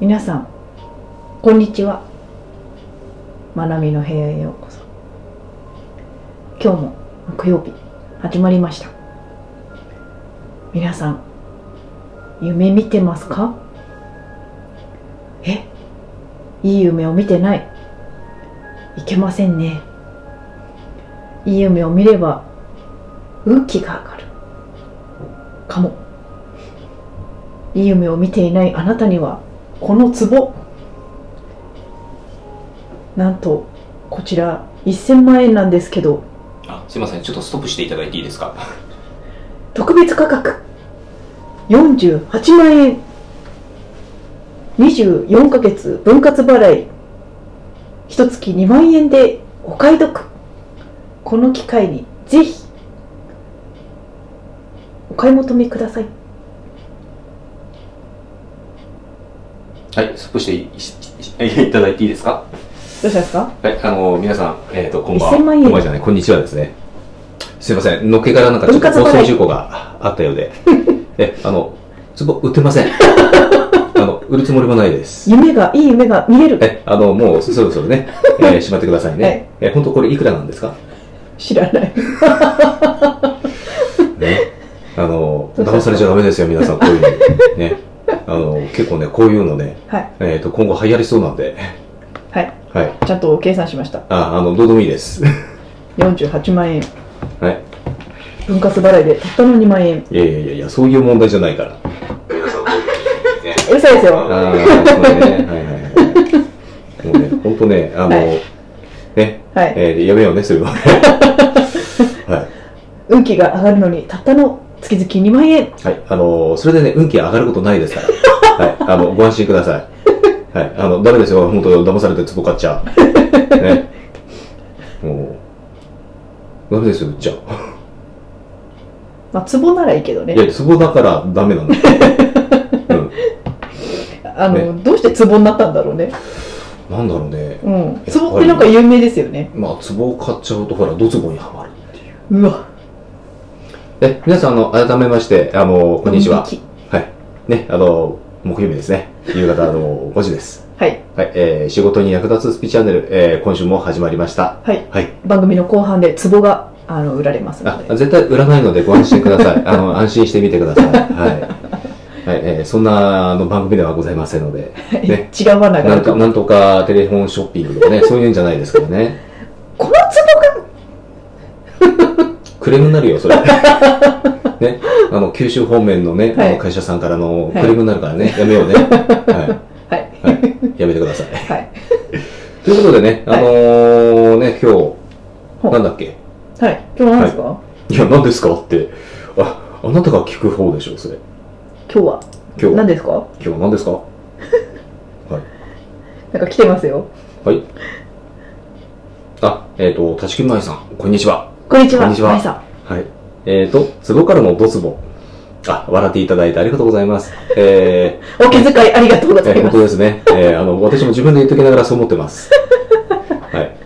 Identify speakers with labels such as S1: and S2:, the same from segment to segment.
S1: 皆さんこんにちはまなみの部屋へようこそ今日も木曜日始まりました皆さん夢見てますかえいい夢を見てないいけませんねいい夢を見れば運気が上がるかもいい夢を見ていないあなたにはこの壺なんとこちら1000万円なんですけど
S2: あすいませんちょっとストップしていただいていいですか
S1: 特別価格48万円24ヶ月分割払い一月2万円でお買い得この機会にぜひお買い求めください
S2: はいストップしていししいただいていいですか
S1: どうしたんですか
S2: はいあの皆さん、えー、とこんばん
S1: 1000
S2: は
S1: 万円
S2: こんばんはじゃないこんにちはですねすいませんのっけからなんかちょっと
S1: 分
S2: 放
S1: 割払い
S2: 送事故があったよ うでえあの壺売ってませんあの売るつもりもないです
S1: 夢がいい夢が見れる
S2: えあのもうそろそろね、え ー、しまってくださいね、
S1: はい
S2: え本当これいくらなんですか
S1: 知らない
S2: ね、あの
S1: そうそうそう
S2: 騙されちゃダメですよ皆さんこういうのねあの結構ねこういうのね、
S1: はい
S2: えー、と今後流行りそうなんで
S1: はい
S2: はい
S1: ちゃんと計算しました
S2: ああのどうでもいいです
S1: 48万円
S2: はい
S1: 分割払いでたったの2万円
S2: いやいやいやいやそういう問題じゃないから皆さんこういうね
S1: うるさいです
S2: あ
S1: よ
S2: あそうねはいはいはいもうね本当ねあの、
S1: はい
S2: ね
S1: はい
S2: えーやめようねそれははい
S1: 運気が上がるのにたったの月々2万円
S2: はい、あのーそれでね、運気上がることないですから。はい、あの、ご安心ください。はい、あの、ダメですよ、本当騙されて壺買っちゃう。ね。もう、ダメですよ、売っちゃう。
S1: まあ壺ならいいけど
S2: い
S1: ね
S2: や、壺だからダメなんだよ。うん。
S1: あのどうして壺になったんだろうね
S2: なんだろうね。
S1: うん
S2: やっぱり
S1: 壺ってなんか有名ですよね
S2: まあ、壺を買っちゃうと、ほら、ドツボにはまるっていう。
S1: うわ
S2: ね、皆さん、あの、改めまして、あのーこんにちは
S1: ド。ン引き
S2: はい。ね、あのー木曜日ですね。夕方の5時です。
S1: はい
S2: はい、えー、仕事に役立つスピチャンネル、えー、今週も始まりました。
S1: はい
S2: はい。
S1: 番組の後半で壺があの売られますの
S2: あ
S1: で
S2: 絶対売らないのでご安心くだ さいあの安心してみてください、はいはいえーそんなあの番組ではございませんので
S1: はい
S2: ね
S1: 違う罠があ
S2: なん
S1: るか
S2: と
S1: も
S2: なんとかテレフォンショッピングとかねそういうんじゃないですからね
S1: この壺が
S2: クレームになるよ それねあの九州方面のね、
S1: はい
S2: あの会社さんからのク
S1: はい
S2: レームになるからね、や めようねは
S1: はい
S2: い、はい、やめてください
S1: はい
S2: ということでねあのーね今
S1: ほ
S2: 日
S1: う
S2: なんだっけ
S1: はい今日は何ですか
S2: いや何ですかってああなたが聞く方でしょそれ
S1: 今日は
S2: 今
S1: 何
S2: 日
S1: ですか
S2: 今日何ですか
S1: なんか来てますよ
S2: はい。あ、えっ、と、立木舞さん、こんにちは。
S1: こんにちは
S2: こんにちは
S1: まいさん
S2: はい。えっ、と、ツボからのドツボ。あ、笑っていただいてありがとうございます。え
S1: お気遣いありがとうご
S2: ー、え
S1: ざい
S2: ー
S1: ます
S2: 本当ですね。えー、あの、私も自分で言っときながらそう思ってます。はい。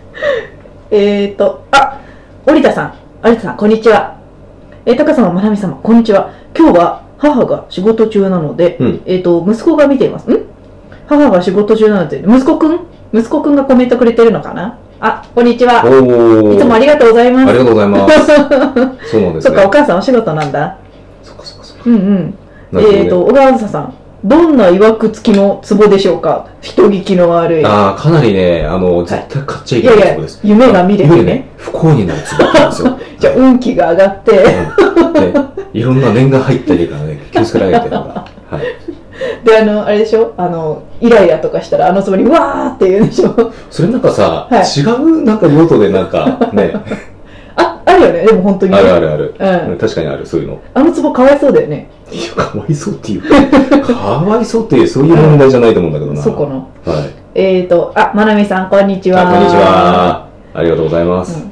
S1: えーと、あ、織田さん、有田さん、こんにちは。えー、タカ様、まなみ様、こんにちは。今日は母が仕事中なので、
S2: うん
S1: えーと、息子が見ています。ん母が仕事中なので、息子くん息子くんがコメントくれてるのかなあ、こんにち
S2: お
S1: は。
S2: ー。
S1: いつもありがとうござい
S2: あ
S1: ます。
S2: りがとうございます。そうなんです
S1: そっか、お
S2: ね。
S1: 母さんお仕事なんだ。
S2: そっか、そっか、そっか。
S1: うんうん。
S2: なるほどね
S1: えーと、小川さん、どんな曰く付きのツボでしょうか人聞きの悪い。
S2: あーかなりね、あの、絶対買っちゃい
S1: い
S2: けな
S1: や
S2: い
S1: い
S2: とこ
S1: や
S2: ろです。、
S1: 夢が見れ
S2: いわ
S1: て
S2: ゆ
S1: ね。。
S2: 不幸になるツボなんです よ
S1: じゃあ、
S2: はい
S1: 運気が上がって、
S2: うんでいろんな念が入ったりからね、気をつけられてるから。はい。
S1: であのあれでしょあのイライラとかしたらあのつぼにわーって言うでしょ
S2: それなんかさ、
S1: はい
S2: 違うなんか用途でなんかね、
S1: ああるよねでも本当にね
S2: あるあるある。
S1: うん
S2: うん確かにある、そういうの。
S1: あのつぼかわいそうだよね
S2: いや、かわいそうっていうか、かわいそうっていう、そういう問題じゃないと思うんだけどな。
S1: そこの
S2: はい。
S1: えーとあまなみさんこんにちは
S2: あこんにちは。ありがとうございま
S1: う
S2: す。
S1: ん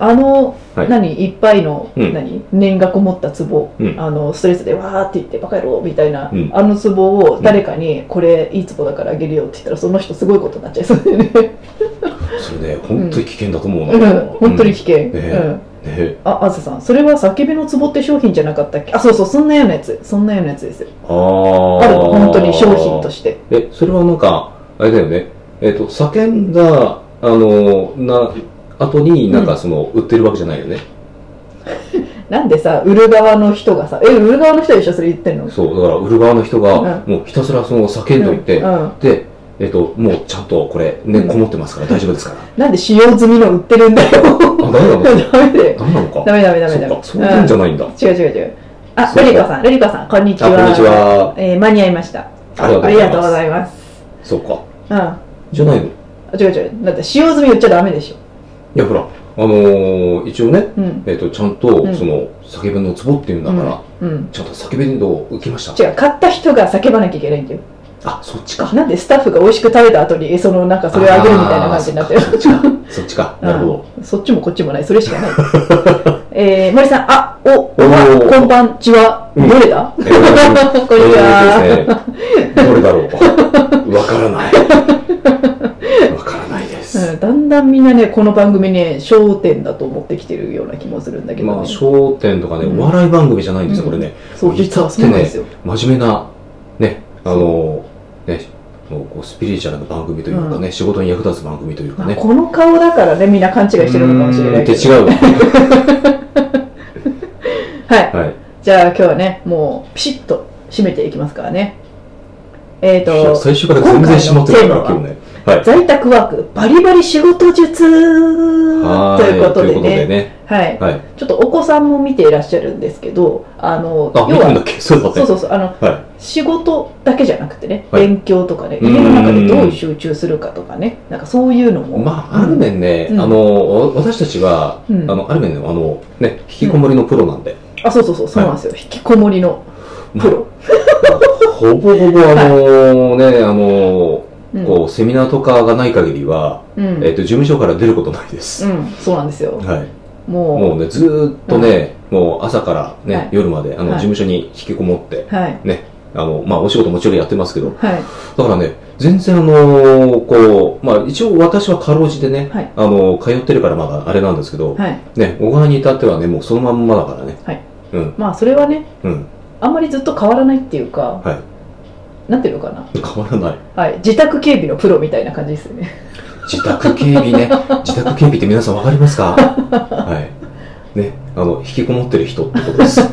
S1: あの、
S2: はい
S1: 何いっぱいの、
S2: うん
S1: 何念がこもったツボ、
S2: うん
S1: あのストレスでわーって言ってバカ野郎みたいな、
S2: うん
S1: あのツボを誰かに、これいいツボだからあげるよって言ったらその人すごいことになっちゃいそうだよね
S2: それね、本当に危険だと思うな。
S1: うん本当に危険、
S2: ね
S1: うん
S2: ねえ
S1: ああずさんそれは叫びの壺って商品じゃなかったっけあそうそうそんなようなやつそんなようなやつです
S2: ああ
S1: あるの本当に商品と
S2: して
S1: して
S2: えそれはなんかあれだよねえっ、と叫んだあのな後になんかその、売ってるわけじゃないよね
S1: なんでさ売る側の人がさえ売る側の人でしょそれ言ってんの
S2: そうだから売る側の人が、
S1: う
S2: もうひたすらその叫んどいて、
S1: うんうん
S2: でえっ、ともうちゃんとこれね
S1: うん
S2: こもってますから大丈夫ですから
S1: なんで使用済みの売ってるんだよ
S2: あダメな の
S1: ダメだよ
S2: ダメなの か
S1: ダメダメダ
S2: そ
S1: メ
S2: っ
S1: ダ
S2: か
S1: メ
S2: そういうんじゃないんだ、
S1: 違う違う違うあ
S2: そ
S1: ル
S2: うか
S1: リコさんルリコさんこんにちは
S2: あこんにちは
S1: えー間に合いました
S2: ありがとうござい
S1: あり
S2: ます
S1: がとうございます
S2: そうか
S1: うんあ
S2: じゃないのい
S1: 違う違うだって使用済み売っちゃダメでしょ
S2: やほらあのー一応ね
S1: うん
S2: えっ、とちゃんと
S1: うん
S2: その叫びのツボっていうんだから、
S1: うん
S2: ちゃんと叫びのを受けました
S1: 違う買った人が叫ばなきゃいけないんだよ
S2: あそっちか
S1: なんでスタッフが美味しく食べた後にえそのなんかそれをあげるみたいな感じになってる
S2: あ ーそっかそっちかそっちかなるほど
S1: うん そっちもこっちもないそれしか ないえー、森さんあおお
S2: おー
S1: こんばんちは
S2: うん
S1: どれだ、
S2: えー
S1: こんにちは、
S2: え ーとですねどれだろうわからないわからないです、
S1: うん、だんだんみんなねこの番組ね『焦点』だと思ってきてるような気もするんだけど、ね
S2: まあ、笑点とかね、
S1: うん
S2: お笑い番組じゃないんですよ、これね。
S1: そう実は
S2: 至
S1: そ
S2: っ
S1: うな
S2: て
S1: んで
S2: ね
S1: すよ、、
S2: 真面目な、ね、あの、ね、もうこうスピリチュアルな番組というかね、仕事に役立つ番組というか
S1: まあ
S2: ね。
S1: この顔だからねみんな勘違いしてるのかもしれないけ
S2: う
S1: ど
S2: ーんって違う
S1: はい
S2: わ。はい。
S1: じゃあ今日はねもうピシッと締めていきますからねえっ、ー、
S2: いや
S1: と
S2: 最初から全然閉まってないから、
S1: 今回
S2: 今
S1: の
S2: 日ね。はい。
S1: 在宅ワークバリバリ仕事術と
S2: はー
S1: いうこと
S2: という
S1: で
S2: ことで
S1: ね
S2: ね。
S1: はい
S2: はい。
S1: ちょっとお子さんも見ていらっしゃるんですけどあの
S2: あ、見
S1: 要
S2: るんだ
S1: は
S2: っけそうだね。
S1: そうそうそうあの
S2: は
S1: 仕事だけじゃなくてね、
S2: はい
S1: 勉強とかね
S2: うん
S1: 家の中でどう集中するかとかねなんかそういうのも、
S2: い。まあ、ある面ね、
S1: うん
S2: あの、わ私たちは、
S1: う
S2: あ
S1: ん、あ
S2: の、ある面ね、あの、ね、引きこもりのプロなんで、
S1: そうそうそうそうなんですよ、引きこもりのプロ、
S2: ほぼほぼあの、ね、あの、
S1: うん
S2: こうセミナーとかがない限りは、
S1: うん
S2: えっと事務所から出ることないです、
S1: うん、そうなんですよ
S2: はい、
S1: も
S2: もうねずーっとね、もう朝から、ね
S1: はい
S2: 夜まであの、
S1: はい
S2: 事務所に引きこもって
S1: うはい
S2: あの、まあ、お仕事もちろんやってますけど
S1: はい
S2: だからね全然あのーこう、まあ、一応私はかろうじてね、
S1: はい
S2: あの通ってるからまだあれなんですけど、
S1: はい
S2: ね、小川に至ってはねもうそのまんまだからね
S1: まあそれはね
S2: うん
S1: あんまりずっと変わらないっていうか、
S2: は
S1: なんていうのかな、
S2: い変わらない
S1: はい、自宅警備のプロみたいな感じですよね
S2: 自宅警備 ね自宅警備って皆さんわかりますかはいねあの引きこもってる人ってこと です
S1: い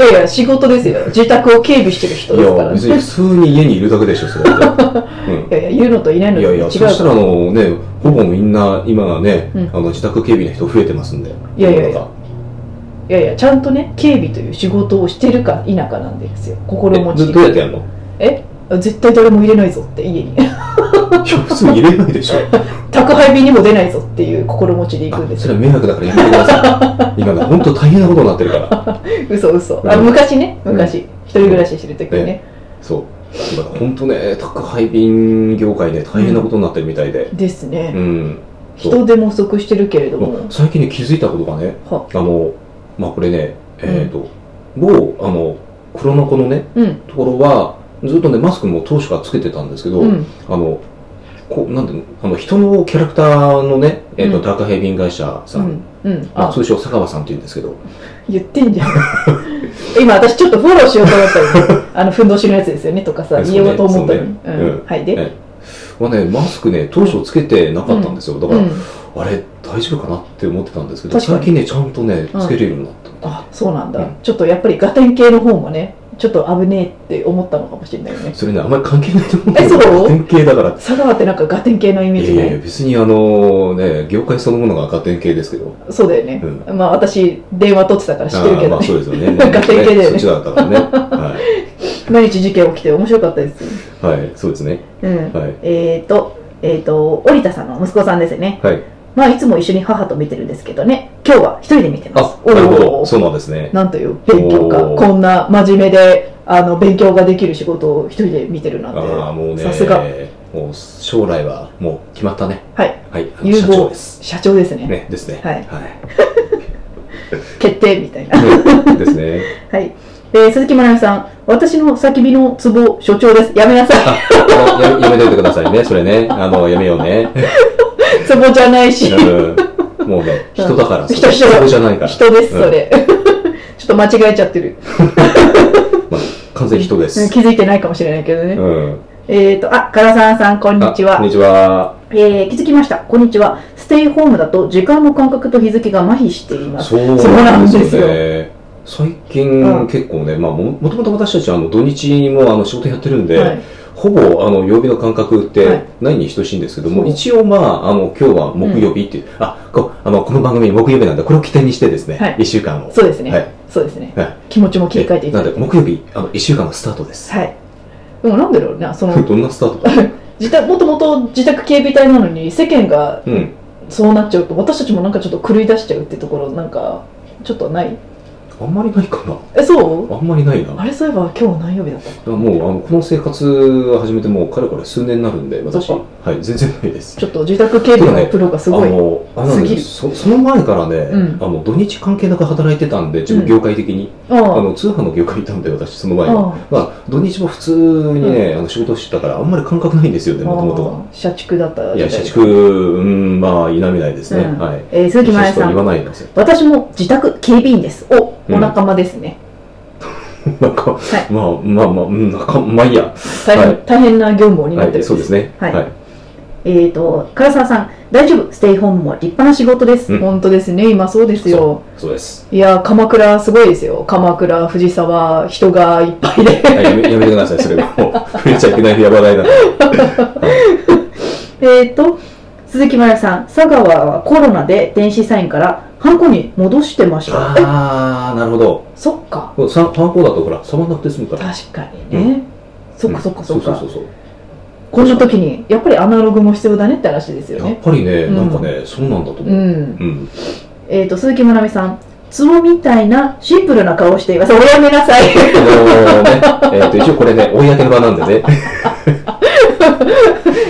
S1: やいや仕事ですよ自宅を警備してる人
S2: い
S1: ですか
S2: や、
S1: ら
S2: 別
S1: ね
S2: に普通に家にいるだけでしょ、それって。
S1: いやいや言うのといない
S2: うん、
S1: の
S2: い
S1: と
S2: や
S1: 違
S2: いうや、そ
S1: か
S2: したらあのね、ほぼみんな、今はね、
S1: うん
S2: あの自宅警備の人増えてますんで。
S1: いやいやいや
S2: 世の中
S1: いやいやちゃんとね警備という仕事をしてるか否かなんですよ心持
S2: え
S1: ち
S2: どどうやって やるのい
S1: 絶対誰も入れないぞって家に
S2: や、普通に入れないでしょ。
S1: 宅配便にも出ないぞっていう心持ちで行くん
S2: あ
S1: で、す
S2: そ
S1: よ
S2: れは迷惑だからやめてくださ い。今ね、本当大変なことになってるから。
S1: 嘘嘘あ
S2: うん
S1: 昔ね昔、一人暮らししてる時
S2: う
S1: に
S2: ん
S1: ね、
S2: そう。今ね本当ね、宅配便業界ね、大変なことになってるみたいで。
S1: です
S2: う
S1: ね、
S2: ん。そう
S1: 人手も不足してるけれども、
S2: まあ最近ね、気づいたことがね、
S1: は
S2: あの、まあこれね、えっ、と、某、あの、黒猫のね、
S1: うん
S2: ところは、ずっとね、マスクも当初からつけてたんですけど、
S1: うん
S2: あの、こう、なんていうの、あの、人のキャラクターのね、えっ、と、
S1: うん
S2: 宅配便会社
S1: う
S2: さん、
S1: んうん
S2: まあ、
S1: あ
S2: 通称佐川さんって言うんですけど、
S1: 言ってんじゃ ん今私ちょっとフォローしようと思った のあのふんどしのやつですよねとかさ
S2: そうね
S1: 言おうと思ったのに、
S2: そうね
S1: うん
S2: うん
S1: はいで、
S2: ねはね、マスクね、当初つけてなかったんですよ。だから、
S1: うん
S2: あれ、大丈夫かなって思ってたんですけど、
S1: 確かに
S2: 最近ね、ちゃんとね、
S1: うん
S2: つけれるようになった。
S1: あそうなんだ、
S2: うん
S1: ちょっとやっぱりガテン系の方もねちょっと危ねえって思ったのかもしれないよね
S2: それね、あんまり関係ないと思うんだけ
S1: えそう
S2: ど、典型だから。
S1: 佐川ってなんかガテン系のイメー
S2: いや
S1: ジ
S2: い
S1: ね
S2: やいや、別にあのね、業界そのものが赤点系ですけど。
S1: そうだよね、
S2: う
S1: まあ私電話取ってたから知ってる
S2: あー
S1: け
S2: ま
S1: ど
S2: あ
S1: ね、
S2: そうですよ ね。
S1: 赤点系だよね
S2: そっちだっ たからね。は
S1: 毎日事件起きて面白かったです
S2: い。はい、そうですね。
S1: うん
S2: はい。
S1: えーとえーと織田さんの息子さんですね
S2: はい。
S1: まあいつも一緒に母と見てるんですけどね今日は一人で見てます
S2: あ、なるほ
S1: お
S2: ど。
S1: ー
S2: そうなんですね。
S1: なんという勉強家
S2: おー
S1: こんな真面目であの勉強ができる仕事を一人で見てるなんて
S2: ああ、もうね。
S1: さすが。
S2: もう将来はもう決まったね。
S1: はい
S2: はい。あの
S1: 有
S2: 社長
S1: 望
S2: です。
S1: 社長ですね
S2: ね、ですね。
S1: はい
S2: は
S1: 決定みたいな
S2: い。ですね。
S1: はい、えー、鈴木まなみさん私の叫びのツボ所長ですやめな さい
S2: あ、あのややめといてくださいね。それね。あの、やめようね。
S1: ツボじゃないし
S2: うん。も うね、人だから、
S1: 人
S2: それ
S1: 人
S2: それじゃないから。
S1: 人です、
S2: うん
S1: それ。 ちょっと間違えちゃってる。
S2: まあ、完全に人で
S1: うん
S2: す。
S1: 気づいてないかもしれないけどね。
S2: うん。
S1: えっと、あ、唐沢さん、こんにち
S2: あこん
S1: は。
S2: にちは。
S1: えー、気づきました。こんにちは。ステイホームだと時間も感覚と日付が麻痺しています。
S2: そう
S1: そう
S2: な
S1: なんん
S2: で
S1: ですす
S2: よ
S1: よ
S2: ね。最近、
S1: うん
S2: 結構ね、まあも、もともと私たち、あの、土日も、あの、仕事やってるんで、
S1: はい
S2: ほぼ、あの、曜日の感覚っ
S1: は
S2: て
S1: い
S2: ないに等しいんですけども、
S1: そう
S2: 一応、まあ、あの、今日は木曜日っていう、あ、こあの、この番組木曜日なんで、これを起点にしてですね、
S1: はい
S2: 1週間を。
S1: そうですね、
S2: はい
S1: そうですね、
S2: はい
S1: 気持ちも切り替えてい
S2: な
S1: た
S2: ん
S1: だ
S2: で、
S1: いて。
S2: 木曜日、あの、1週間のスタートです。
S1: はい。でもなんでだろうな、その、
S2: どんなスタートだ
S1: 自宅、もともと自宅警備隊なのに、世間が
S2: うん。
S1: そうなっちゃうと、私たちもなんかちょっと狂い出しちゃうってところ、なんか、ちょっとない
S2: あんまりないかな。
S1: え、そう
S2: あんまりないな。
S1: あれ、そういえば今日何曜日だった
S2: もうあのこの生活を始めてもうかれこれ数年になるんで私
S1: そ
S2: は
S1: っ
S2: い全然ないです
S1: ちょっと自宅警備のプロがすごい。
S2: あのあれなん
S1: すぎ
S2: で
S1: る
S2: すそその前からね、
S1: うん
S2: あの土日関係なく働いてたんで自分
S1: うん
S2: 業界的に、
S1: ああ
S2: あの通販の業界いたんで私その前は、
S1: あ
S2: まあ、土日も普通にね、あの仕事してたからあんまり感覚ないんですよね
S1: あ
S2: もともとは
S1: ああ社畜だった
S2: い
S1: みた
S2: や
S1: で
S2: 社畜うんまあ否めないですね、
S1: うん
S2: はい
S1: えー、鈴木真
S2: 社
S1: 彩
S2: 畜と
S1: さ
S2: は言わ
S1: ん
S2: ないんですよ
S1: 私も自宅警備員ですお
S2: うん
S1: お仲間ですね、
S2: なんか、
S1: い
S2: まあまあまあうんなんかまあいいや
S1: 大変
S2: はい
S1: 大変な業務を担
S2: は
S1: ってるん
S2: いそうですね
S1: はい
S2: はい、
S1: えー、と唐沢さん大丈夫ステイホームも立派な仕事です、
S2: うん
S1: 本当ですね今そうです
S2: そ
S1: よ
S2: うそうです
S1: いやー鎌倉すごいですよ鎌倉藤沢人がいっぱいで、
S2: はい、やめやめてください、それもう。触れちゃいけない話題だから。
S1: えっと鈴木真彩さん佐川はコロナで電子サインからハンコに戻してましたえ
S2: あー、なるほど。
S1: そっか
S2: これさパン粉だとほら、触んなくて済むから。
S1: 確かにね、そっかそっかそっか、
S2: そうそうそう
S1: こんな時にやっぱりアナログも必要だねって話です
S2: そう。
S1: よ
S2: やっ
S1: ね
S2: ぱりね、
S1: うん
S2: なんかね、そうなんだと
S1: う
S2: 思う。
S1: ん
S2: うん。
S1: えっ、と鈴木まなみさんツボみたいなシンプルな顔をしていますおやめなさ い
S2: あのーね、えっと、一応これね、公の場なん でね。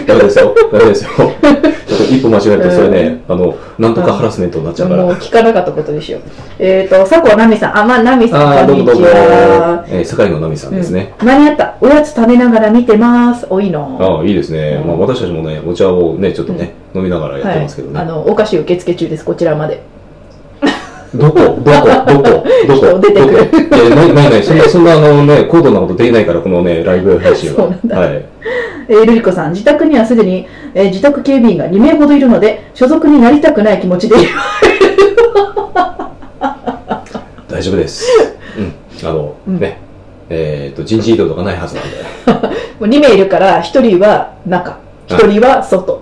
S2: ダメですよ。ダメですよ。ちょっと一歩間違えると、それね、あの、なんとかハラスメントになっちゃうから
S1: もう。聞かなかったことにしようえっ、と佐古奈美さんあま奈美さ
S2: あー、
S1: ん
S2: どう
S1: こ
S2: も
S1: んにち
S2: どうも。
S1: は
S2: えー、堺の奈美さんですね。
S1: うん間に合ったおやつ食べながら見てますおいいの
S2: ああ、いいですね。
S1: うん
S2: まあ、私たちもね、お茶をね、ちょっとね、飲みながらやってますけどね
S1: はい、あ。のお菓子受付中ですこちらまで
S2: どこどこどこどこ
S1: 人出てく
S2: る。いや、ないないない、そんな、そんなあのね、高度なことできないから、このね、ライブ配信は。
S1: そうなんだ
S2: はい。
S1: えー、ルリコさん自宅にはすでに、えー自宅警備員が2名ほどいるので所属になりたくない気持ちでいる
S2: 大丈 夫です。うん。あの、
S1: うん
S2: ね。えっ、と、人事異動とかないはずなんで。
S1: もう2名いるから1人は中1人は外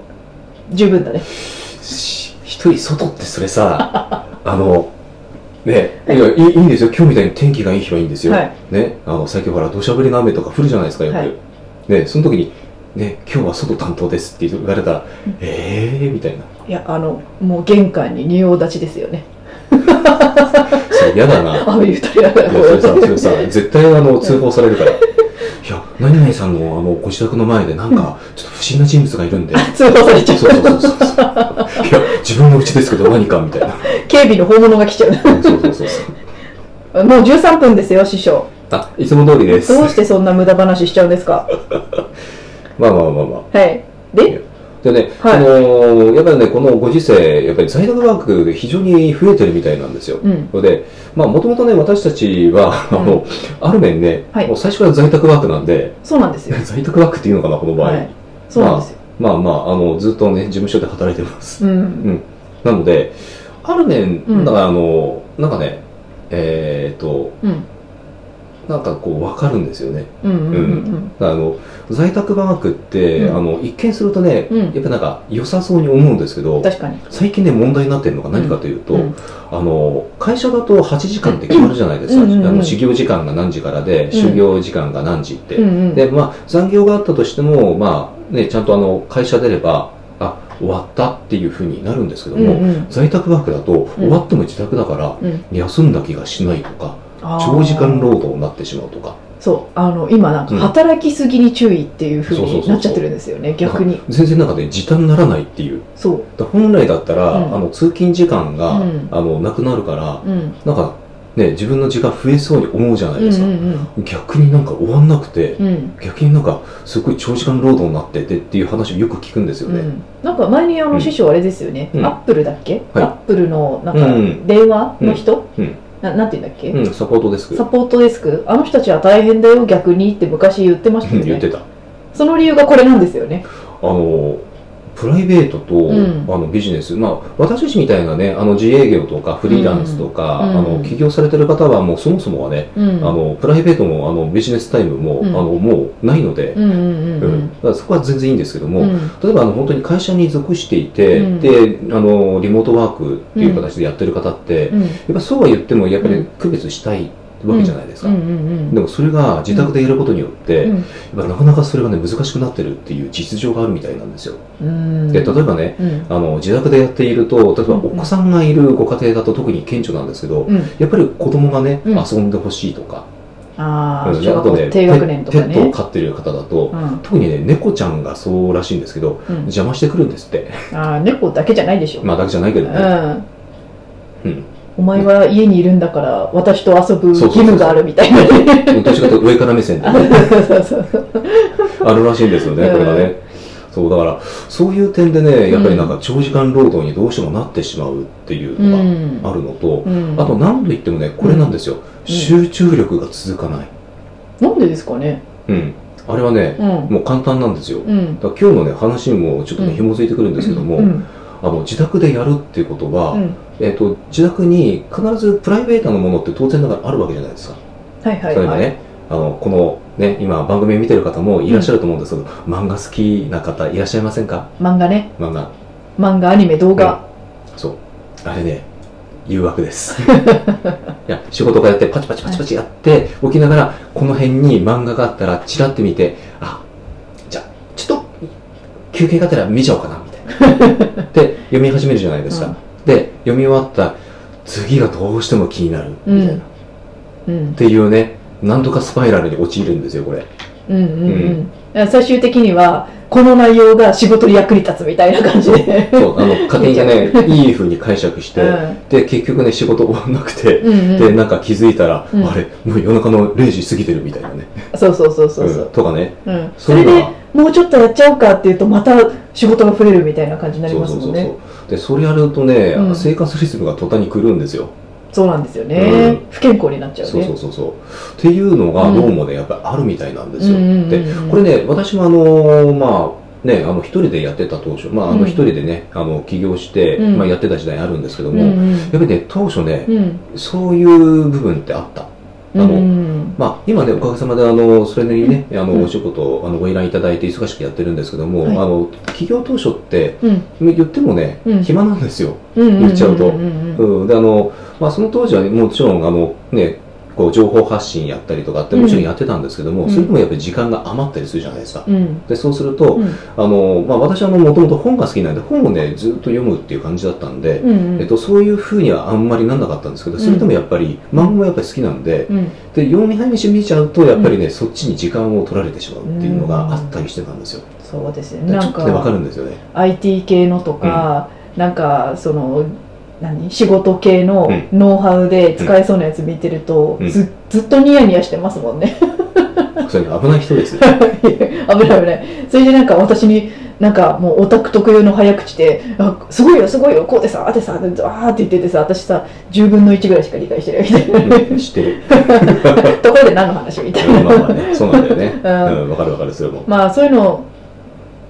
S1: 十分だね
S2: し一人外ってそ れさ、あの、ね、いやいいいいんですよ。今日みたいに天気がいい日はいいんですよ。
S1: はい
S2: ね、あの、最近ほら、土砂降りの雨とか降るじゃないですか、よく。
S1: はい
S2: ね、その時に、ね、今日は外担当ですって言われたら、えー、みたいな。
S1: いやあのもう玄関に仁王立ちですよね
S2: それ嫌だな。
S1: ああいう人やだ
S2: いやそれさ、
S1: こう
S2: それさ、絶対あの通報され るから。いや、何々さんのあのご自宅の前でなんか、ちょっと不審な人物がいる んで。
S1: 通報されちゃ
S2: そうそうそうそうそう。いや、自分の家ですけど何かみたいな。
S1: う 警備の本物が来ちゃ
S2: そうそうそうそう。
S1: うもう13分ですよ師匠
S2: あ、いつも通りです。
S1: どうしてそんな無駄話しちゃうんですか
S2: まあまあまあまあ。
S1: はいで
S2: でね、
S1: はい
S2: あのーやっぱりね、このご時世、やっぱり在宅ワークが非常に増えてるみたいなんですよ。
S1: うん
S2: で、まあ、もともとね、私たちは、あの、ある面ね、
S1: はい
S2: もう最初から在宅ワークなんで、
S1: そうなんですよ
S2: 在宅ワークっていうのかな、この場合。
S1: はいそうなんですよ、
S2: まあまあ、あの、ずっとね、事務所で働いてます。
S1: うん
S2: なので、ある面、
S1: うん
S2: だからあの、なんかね、えーっと、
S1: うん
S2: なんかこう、わかるんですよね。
S1: うんうんうん
S2: だからあの、在宅ワークって、
S1: うん
S2: あの、一見するとね、
S1: うん
S2: やっぱなんか良さそうに思うんですけ
S1: う
S2: ど
S1: ん、確かに
S2: 最近ね、問題になってるのが何かというと、
S1: うん
S2: あの、会社だと8時間って決まるじゃないですか。
S1: うんうんうん
S2: あの、修行時間が何時からで、
S1: うん
S2: 修行時間が何時って。
S1: うんうん
S2: で、まあ、残業があったとしても、まあ、ね、ちゃんとあの、会社出れば、あ、終わったっていうふうになるんですけど
S1: うん
S2: も、
S1: うん
S2: 在宅ワークだと、終わっても自宅だから、
S1: うん
S2: 休んだ気がしないとか、
S1: あー
S2: 長時間労働になってしまうとか、
S1: そうあの今なんか
S2: うん
S1: 働きすぎに注意っていうふう
S2: そうそうそう
S1: に
S2: そう
S1: なっちゃってるんですよね逆
S2: なん
S1: に
S2: か全然なんかね、時短にならないっていう。
S1: そ
S2: だから本来だったら、
S1: うん
S2: あの、通勤時間が、
S1: うん
S2: あの、なくなるから、
S1: ううん
S2: なんか、ね、自分の時間増えそうに思うじゃないですか、
S1: うん
S2: 逆になんか終わんなくて、
S1: うんうん
S2: 逆になんかすごい長時間労働になっててっていう話をよく聞くんですよ
S1: う
S2: ね、
S1: ん、なんか前にあ
S2: う
S1: の
S2: ん
S1: 師匠あれですよね、
S2: うん
S1: アップルだっけ、
S2: はい
S1: アップルのなん
S2: う
S1: か
S2: ん
S1: 電話の人、
S2: うんうん
S1: ななんて言うんだっけ、
S2: うんサポートデスク
S1: サポートデスクあの人たちは大変だよ逆にって昔言ってました
S2: う
S1: よ
S2: ん言っ
S1: ね
S2: てたあ
S1: その理由がこれなんですよね
S2: のプライベートと、
S1: ん
S2: あのビジネス、まあ、私たちみたいなねあの自営業とかフリーランスとか、
S1: うんうん
S2: あの起業されてる方はもうそもそもはね、
S1: うん
S2: あのプライベートもあのビジネスタイムも、
S1: うん
S2: あのもうないので、
S1: うんうんうんう
S2: うん
S1: ん
S2: だからそこは全然いいんですけども、
S1: うん
S2: 例えばあの本当に会社に属していて、
S1: うん
S2: であのリモートワークっていう形でやってる方って、や
S1: うん
S2: っぱそうは言ってもやっぱ
S1: う
S2: り
S1: ん
S2: 区別したいわけじゃないですか、
S1: うんうん
S2: でもそれが自宅でやることによって、
S1: う
S2: やっ
S1: ん
S2: ぱなかなかそれがね難しくなってるっていう実情があるみたいなんですよ、
S1: うん
S2: で例えばね
S1: うん
S2: あの自宅でやっていると例えば
S1: うん
S2: お子さんがいるご家庭だと特に顕著なんですけど、
S1: うん
S2: やっぱり子供がね、
S1: うん
S2: 遊んでほしいとか、
S1: ああ
S2: うんで
S1: 小
S2: あ
S1: 学
S2: と
S1: 校
S2: ね
S1: 低学年と
S2: ペ
S1: か
S2: ッペットを
S1: ね
S2: 飼ってる方だと、
S1: うん
S2: 特にね猫ちゃんがそうらしいんですけど
S1: うん
S2: 邪魔してくるんですって
S1: ああ猫だけじゃないでしょ
S2: まあだけじゃないけどね、
S1: う
S2: うんん
S1: お前は家にいるんだから私と遊ぶ義務があるみたいなね
S2: どっちかというと上から目線でね
S1: そうそうそう
S2: あるらしいんですよね、これが
S1: う
S2: ね。そう、だから、そういう点でね、やっぱりなんか長時間労働にどうしてもなってしまうっていう
S1: う
S2: の
S1: ん
S2: があるのと、
S1: うん
S2: あと何度言ってもね、これなんですよ。集中力が続かない。
S1: なんでですかね
S2: うん。あれはね、
S1: うん
S2: もう簡単なんですよ。だ
S1: うん
S2: から今日のね、話にもちょっと
S1: う
S2: ね、
S1: ん
S2: 紐づいてくるんですけども、
S1: うん
S2: あの、自宅でやるっていうことは、
S1: うん
S2: えっ、と、自宅に必ずプライベートのものって当然ながらあるわけじゃないですか。
S1: はいはい
S2: 例えば
S1: はい
S2: ね、あのこのね今番組見てる方もいらっしゃると思うんですけど、漫画好きな方いらっしゃいませんか
S1: 漫画ね
S2: 漫画
S1: 漫画アニメ動画、
S2: うんそうあれね誘惑です いや仕事がやってパチパチパチパチやって起きながらこの辺に漫画があったらチラって見てあじゃあちょっと休憩がてら見ちゃおうかなみた いなで読み始めるじゃないですか、で読み終わった次がどうしても気になるみたいな、
S1: うん
S2: っ
S1: うん
S2: ていうねなんとかスパイラルに陥るんですよ これ
S1: うんうんう
S2: う
S1: んだから最終的にはこの内容が仕事に役に立つみたいな感じで
S2: そう、あの、勝手にね、いい風に解釈し
S1: う
S2: て、
S1: ん
S2: で、結局ね、仕事終わんなくて、
S1: うんう
S2: で、
S1: ん
S2: なんか気づいたら、
S1: うん
S2: あれ、もう夜中の0時過ぎてるみたいなね。
S1: そうそうそうそうそ
S2: ん
S1: う、
S2: とかね。
S1: うん、そ
S2: そうい
S1: れ
S2: うの
S1: で
S2: が、
S1: もうちょっとやっちゃおうかっていうとまた仕事が増えるみたいな感じになり
S2: そう
S1: ます
S2: そう
S1: も
S2: そ
S1: ん
S2: う
S1: ね
S2: そう。で、それやるとね、
S1: うん
S2: 生活リズムが途端に狂うんですよ。
S1: そうなんですよね、不健康になっちゃうね
S2: そうそうそうそう。っていうのが、
S1: うん
S2: どうもね、やっぱりあるみたいなんですよ。
S1: うんうんうん
S2: で、これね、私もあのーまあ、ね、あの一人でやってた当初、まあ、あ
S1: うん
S2: の一人でね、あの起業して、
S1: うん
S2: まあ、やってた時代あるんですけど
S1: うん
S2: も、
S1: う
S2: やっ
S1: ん
S2: ぱりね、当初ね、
S1: うん
S2: そういう部分ってあった。
S1: うんうん
S2: まあ、今ね、おかげさまで、あの、それなりにね、あ
S1: うん
S2: の、お仕事を、あの、ご依頼いただいて忙しくやってるんですけど
S1: は
S2: も、
S1: い
S2: あの、企業当初って、
S1: うん
S2: 言ってもね、
S1: うん
S2: 暇なんですよ。
S1: うん
S2: 言っちゃうと
S1: んんうん
S2: うん。で、あの、まあ、その当時はね、もちろん、あの、ね、こう、情報発信やったりとかって、もちろんやってたんですけども、
S1: うん
S2: それでもやっぱり時間が余ったりするじゃないですか。
S1: うん
S2: で、そうすると、
S1: うん
S2: あの、まあ、私はもともと本が好きなんで、本をね、ずっと読むっていう感じだったんで、
S1: うん
S2: えっと、そういうふうにはあんまりなんなかったんですけど、それでもやっぱり、漫画もやっぱり好きなんで、
S1: うん
S2: で読み始めちゃうとやっぱりね、そっちに時間を取られてしまうっていうのがあったりしてたんですよ、
S1: そうですね
S2: でち
S1: な
S2: ょ
S1: ん
S2: っとねわか
S1: か
S2: るんですよ ね
S1: IT 系のとか、なんかその何仕事系の
S2: うん
S1: ノウハウで使えそうなやつ見てると、
S2: うん
S1: ずずっとニヤニヤしてますもんね
S2: それね危ない人ですよ
S1: 危ない危ないそれでなんか私になんかもうオタク特有の早口で「あすごいよすごいよこうでさああでさあであ」って言っててさ私さ10分の1ぐらいしか理解してないみたいな
S2: うん知ってる
S1: ところで何の話みたいな、
S2: まあまあねそうなんだよね
S1: う
S2: うんんわかるわかるそれも
S1: まあそういうの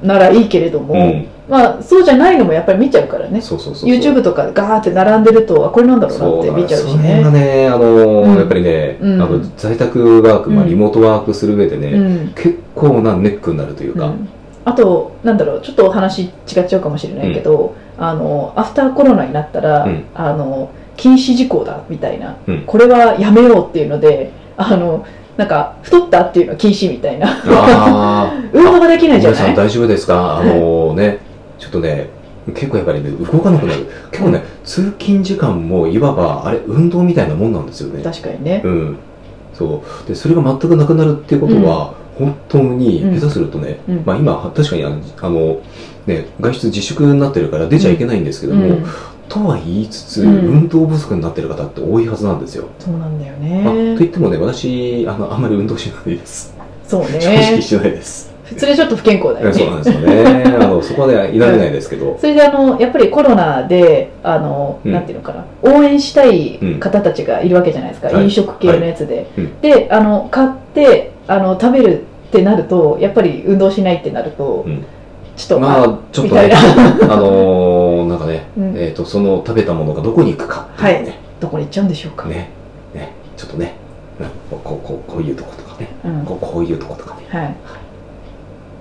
S1: ならいいけれども、
S2: うん
S1: まあそうじゃないのもやっぱり見ちゃうからね
S2: そうそうそう
S1: YouTube とかガーって並んでるとあこれなんだろう
S2: そう
S1: な
S2: な
S1: っ
S2: ん
S1: て見
S2: で
S1: ちゃ
S2: す
S1: う
S2: そ
S1: し
S2: の辺が
S1: ね
S2: ねあの
S1: うん
S2: やっぱりね、
S1: うん
S2: あの在宅ワーク、まあ、
S1: うん
S2: リモートワークする上でね、
S1: うん
S2: 結構なネックになるというか、
S1: うんあとなんだろうちょっとお話違っちゃうかもしれないけど、あのアフターコロナになったら、
S2: うん
S1: あの禁止事項だみたいな、
S2: うん
S1: これはやめようっていうのであのなんか太ったっていうのは禁止みたいな
S2: ああ
S1: 運動ができないじゃ
S2: 皆
S1: な
S2: さ
S1: い
S2: ん大丈夫ですかあのね、ちょっとね、結構やっぱりね、動かなくなる。結構ね、通勤時間もいわば、あれ、運動みたいなもんなんですよね。
S1: 確かにね、
S2: うん。そう。で、それが全くなくなるっていうことは、本当に、
S1: うん
S2: 下手するとね、
S1: うん
S2: まあ今、確かにあの、あのね、外出自粛になってるから出ちゃいけないんですけども、
S1: うん
S2: とは言いつつ、
S1: うん
S2: 運動不足になってる方って多いはずなんですよ。
S1: そうなんだよ
S2: まあ、と
S1: ね
S2: 言ってもね、私、あの、あんまり運動しないです。
S1: そう
S2: 正直
S1: ね
S2: してないです。
S1: 普通にちょっと不健康だよ
S2: そうな
S1: ね
S2: んですよね。あの、そこはね、いられないですけど。
S1: それであのやっぱりコロナであの、
S2: うん
S1: なんていうのかな応援したい方たちがいるわけじゃないですか、
S2: はい
S1: 飲食系のやつで、
S2: うん
S1: であの買ってあの食べるってなるとやっぱり運動しないってなると、
S2: うん
S1: ちょっと、
S2: まあ、ちょっ
S1: み
S2: と
S1: たい
S2: ね
S1: な、、
S2: あのーなんかね、
S1: うん
S2: えっ、と、その食べたものがどこに行くかっていうね、
S1: どこに行っちゃうんでしょうか、
S2: ね、ね、ちょっとね、うんこう、こう、こうこういうとことかね、
S1: うん
S2: こうこういうとことか ね。
S1: はい。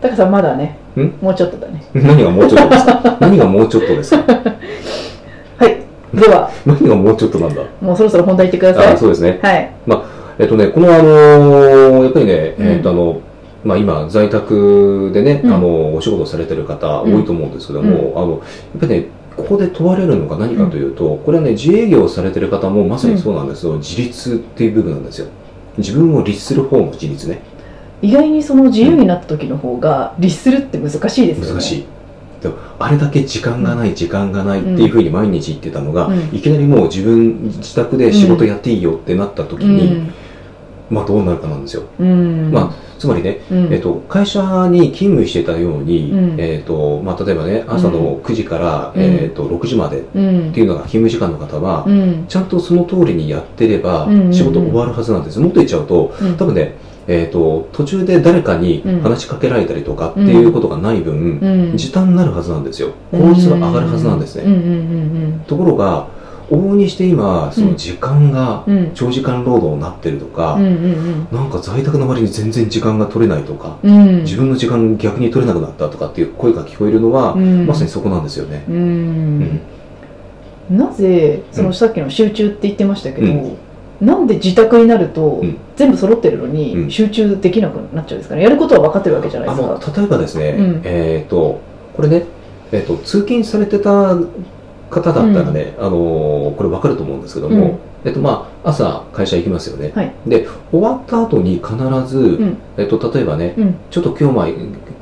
S1: タカさんまだね
S2: ん、
S1: もうちょっとだね。
S2: 何がもうちょっとですか何がもうちょっとですか
S1: はい。では、
S2: 何がもうちょっとなんだ
S1: もうそろ そろ本題行ってくださ
S2: あ
S1: い。
S2: そうですね。
S1: はい。
S2: えっとね、このあのーやっぱりね、
S1: うん
S2: えっとあの、まあ今、在宅でね、
S1: うん
S2: あの、お仕事されてる方多いと思うんですけども、あの、やっぱりね、ここで問われるのが何かというと、これはね、自営業をされてる方もまさにそうなんですけど、自立っていう部分なんですよ。自分を律する方の自立ね。
S1: 意外にその自由になった時の方が、律するって難しいですよね。
S2: 難しい。でもあれだけ時間がない、時間がないっていうふうに毎日言ってたのが、
S1: うん
S2: いきなりもう自分自宅で仕事やっていいよってなった時に、まあどうなるかなんですよ。
S1: うん。うん。
S2: まつまりね、
S1: うん、
S2: えっと、会社に勤務してたように、
S1: うん
S2: えっとまあ、例えばね朝の9時から、
S1: うん
S2: えっと6時までっ
S1: うん
S2: ていうのが勤務時間の方は、
S1: うん。
S2: ちゃんとその通りにやってれば
S1: うんうんうん
S2: 仕事終わるはずなんです、もっと言っちゃうと
S1: うん。
S2: 多分ね、えっと途中で誰かに
S1: うん
S2: 話しかけられたりとかっていうことがない分、
S1: うん。
S2: 時短になるはずなんですよ効率が上がるはずなんですね、
S1: うんうん
S2: ところが往々にして今その時間が
S1: うんうん。うん。
S2: 長時間労働になってるとか
S1: う、んうん
S2: なんか在宅の割に全然時間が取れないとか、
S1: うん。うん。
S2: 自分の時間逆に取れなくなったとかっていう声が聞こえるのは、
S1: うん
S2: まさにそこなんですよね。
S1: う。
S2: うん
S1: なぜそのさっきの集中って言ってましたけど、
S2: うん
S1: なんで自宅になると
S2: うん
S1: 全部揃ってるの
S2: う
S1: に
S2: ん
S1: 集中できなくなっちゃうんですかねやることは分かってるわけじゃない
S2: あ
S1: です
S2: の
S1: か
S2: 例えばですね、
S1: うん
S2: えっ、とこれね、えーと通勤されてた方だったらね、あのーこれわかると思うんですけども、
S1: うん
S2: えっとまあ、朝会社行きますよね、
S1: はい
S2: で終わった後に必ず、
S1: ん
S2: えっと例えばね、
S1: うん
S2: ちょっと今日まあ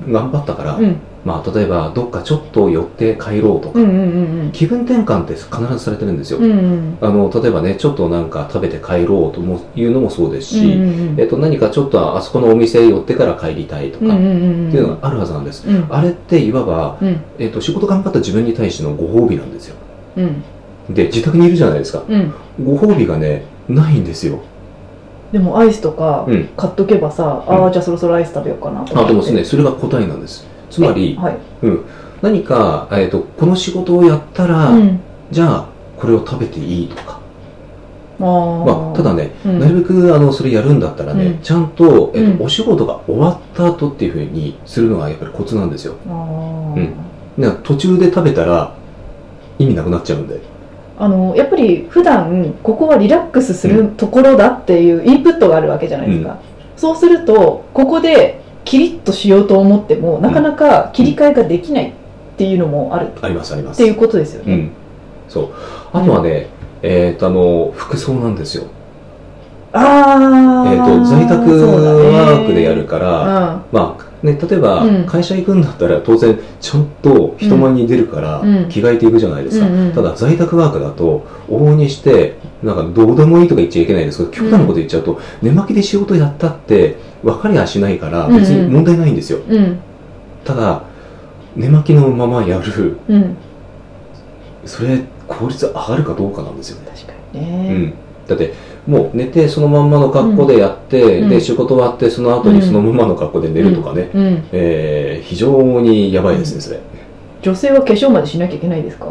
S2: 頑張ったから、
S1: うん
S2: まあ、例えばどっかちょっと寄って帰ろうとか、
S1: うんうんうん
S2: 気分転換って必ずされてるんですよ、
S1: うんうん
S2: あの例えばねちょっとなんか食べて帰ろうともいうのもそうです
S1: う
S2: し、
S1: んうんうん
S2: えっと、何かちょっとあそこのお店寄ってから帰りたいとか、
S1: うんう
S2: っ
S1: んうん
S2: ていうのがあるはずなんです、
S1: うん
S2: あれっていわば、
S1: うん
S2: えっと、仕事頑張った自分に対してのご褒美なんですよ
S1: うん
S2: で自宅にいるじゃないですか
S1: うん
S2: ご褒美がねないんですよ
S1: でもアイスとか
S2: うん
S1: 買っとけばさ、
S2: うん
S1: ああじゃあそろそろアイス食べようかなとか
S2: あでもですねそれが答えなんですつまり
S1: はい
S2: 何か、えっと、この仕事をやったら、
S1: うん
S2: じゃあこれを食べていいとか、
S1: あー
S2: まあ、ただね、
S1: うん
S2: なるべくあのそれやるんだったらね、
S1: うん
S2: ちゃんと、えっと
S1: うん
S2: お仕事が終わった後っていうふうにするのがやっぱりコツなんですよ
S1: あー
S2: うんだから途中で食べたら意味なくなっちゃうんで
S1: あのやっぱり普段ここはリラックスするところだっていうインプットがあるわけじゃないですか、そうするとここでキリッとしようと思ってもなかなか切り替えができないっていうのもあるっ
S2: ありますあります
S1: ていうことですよ
S2: う
S1: ね、
S2: ん、そうあとはね、えっとあの服装なんですよ、
S1: あ
S2: え
S1: あ
S2: っと在宅ワークでやるから、
S1: ら
S2: まあね、例えば
S1: うん
S2: 会社行くんだったら当然ちゃんと人前に出るから
S1: うん
S2: 着替えていくじゃないですか、
S1: うんうん
S2: ただ在宅ワークだと往々にしてなんかどうでもいいとか言っちゃいけないですけど極端なこと言っちゃうと、寝巻きで仕事やったって分かりはしないから別に問題ないんですよ、
S1: うん
S2: ただ寝巻きのままやる
S1: うん、うん、
S2: それ効率上がるかどうかなんですよね、
S1: 確かに
S2: う
S1: ね、
S2: ん、だってもう寝てそのまんまの格好でやって、
S1: うん
S2: で仕事終わってその後にそのままの格好で寝るとかね、
S1: うん
S2: えー非常にやばいですねそれい
S1: 女性は化粧までしなきゃいけないですか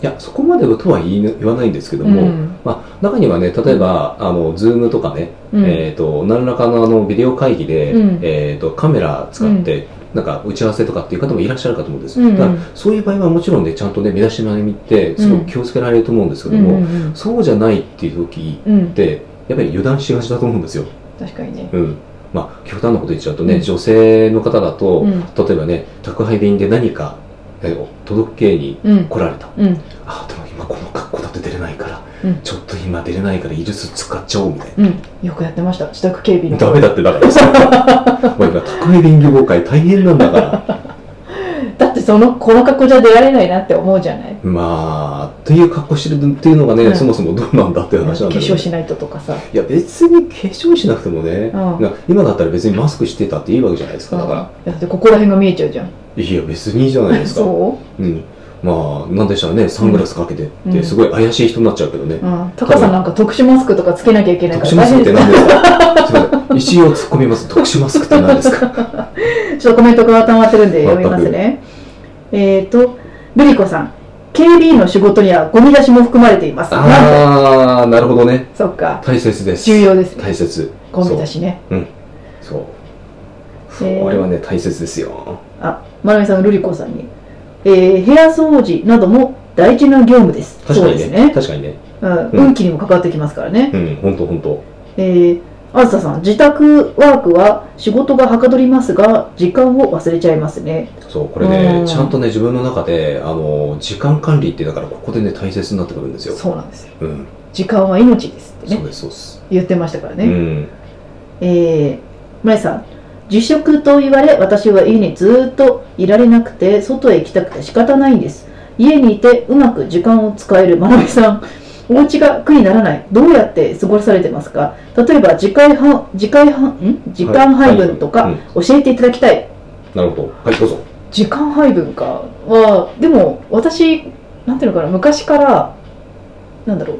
S2: やそこまでとは言い言わないんですけども、
S1: うん
S2: まあ、中にはね例えば、あの Zoom とかね、
S1: うん
S2: えー、と何らかのあのビデオ会議で、
S1: うん
S2: えー、とカメラ使って、なんか打ち合わせとかっていう方もいらっしゃるかと思うんです、
S1: うんうん
S2: だからそういう場合はもちろんねちゃんとね目出し前見ってすごく気をつけられると思うんですけ
S1: う
S2: ど
S1: ん
S2: も、
S1: うん
S2: そうじゃないっていう時
S1: うん、う
S2: っ
S1: ん、
S2: てやっぱり油断しがちだと思うんですよ、
S1: 確かにね、
S2: うんまあ、極端なこと言っちゃうとね、
S1: うん
S2: 女性の方だと、
S1: うん
S2: 例えばね宅配便で何かえー届けに
S1: うん
S2: 来られた
S1: うん
S2: あでも今この格好だと出れないから、
S1: うん
S2: ちょっと今出れないからイルス使っちゃおうみたいな
S1: うん、よくやってました自宅警備の
S2: ダメだってだからさお前今宅配便業界大変なんだから
S1: だってそのこの格好じゃ出られないなって思うじゃない
S2: まあ、という格好してるっていうのがね、
S1: うん
S2: そもそもどうなんだっていう
S1: 化
S2: 話なんだけど、
S1: 粧しないととかさ
S2: いや、別に化粧しなくてもね、
S1: うん
S2: な今だったら別にマスクしてたっていいわけじゃないですか、だから。
S1: だってここら辺が見えちゃうじゃん
S2: いや、別にいいじゃないですか。
S1: そ
S2: うん。まあ、なんでしたらね、サングラスかけてっ
S1: う
S2: て、
S1: ん
S2: すごい怪しい人になっちゃうけどね
S1: う、。うん、高さんなんか特殊マスクとかつけなきゃいけない
S2: 特
S1: から
S2: 殊マスクって
S1: です
S2: 何ですかすいません。一応突っ込みます。特殊マスクって何です か
S1: ちょっとコメントが溜まってるんで読みますねえっ、ー、とルリコさん KB の仕事にはゴミ出しも含まれていますなんで
S2: あー、なるほどね。
S1: そっか
S2: 大切です。
S1: 重要ですね
S2: 大切。
S1: ゴミ出しね
S2: そう。そう。
S1: えー
S2: これはね、大切ですよ。
S1: あ、まなみさん、ルリコさんに、えー部屋掃除なども大事な業務です。
S2: 確かに
S1: そう
S2: ね。
S1: ですね、
S2: 確かにね。
S1: うん。
S2: うん
S1: 運気にも関わってきますからね。
S2: うん、ほんとほんと。
S1: えー、あずささん、自宅ワークは仕事がはかどりますが、時間を忘れちゃいますね。
S2: そう、これね
S1: う、ん
S2: ちゃんとね、自分の中で、あの、時間管理って、だからここでね、大切になってくるんですよ。
S1: そうなんですよ。
S2: うん。
S1: 時間は命ですって
S2: そう
S1: ね、
S2: です、そうです。
S1: 言ってましたから
S2: う
S1: ね。
S2: ん。
S1: えー、まなみさん、自粛と言われ、私は家にずーっといられなくて、外へ行きたくて仕方ないんです。家にいてうまく時間を使えるまなみさん。お家が苦にならない。どうやって過ごされてますか例えば、時間半、時間半、ん時間配分と
S2: はい
S1: か
S2: はいうん
S1: 教えていただきたい。
S2: なるほど。はい、どうぞ。
S1: 時間配分かは、でも、私、なんていうのかな、昔から、なんだろう、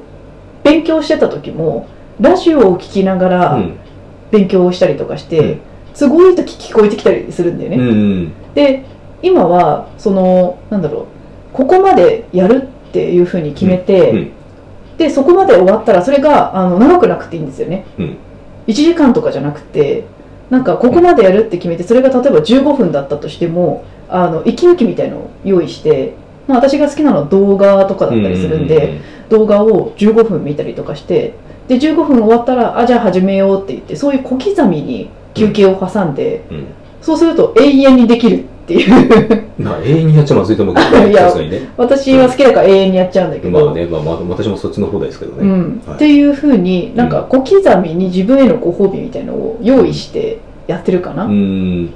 S1: 勉強してた時も、ラジオを聞きながら、
S2: うん。
S1: 勉強をしたりとかして、都合いい時聞こえてきたりするんだよね、
S2: うん。
S1: で今はそのなんだろうここまでやるっていうふうに決めて、
S2: うんうん
S1: でそこまで終わったらそれがあの長くなくていいんですよね、
S2: うん
S1: 1時間とかじゃなくてなんかここまでやるって決めてそれが例えば15分だったとしてもあの息抜きみたいのを用意して、まあ、私が好きなのは動画とかだったりするんで、
S2: うう
S1: 動
S2: う
S1: 画を15分見たりとかしてで15分終わったらあじゃあ始めようって言ってそういう小刻みに休憩を挟んで、
S2: うんうん
S1: そうすると永遠にできるっていう
S2: うん。まあ、永遠にやっちゃまずいと思うけど
S1: い
S2: ね、
S1: や
S2: さすがにね。
S1: 私は好きだから永遠にやっちゃうんだけど、
S2: まあね、まあ、まあ、私もそっちの方ですけど
S1: う
S2: ね。
S1: ん
S2: はい
S1: っていうふうになんか小刻みに自分へのご褒美みたいのを用意してやってるかな、
S2: う
S1: うん
S2: ん。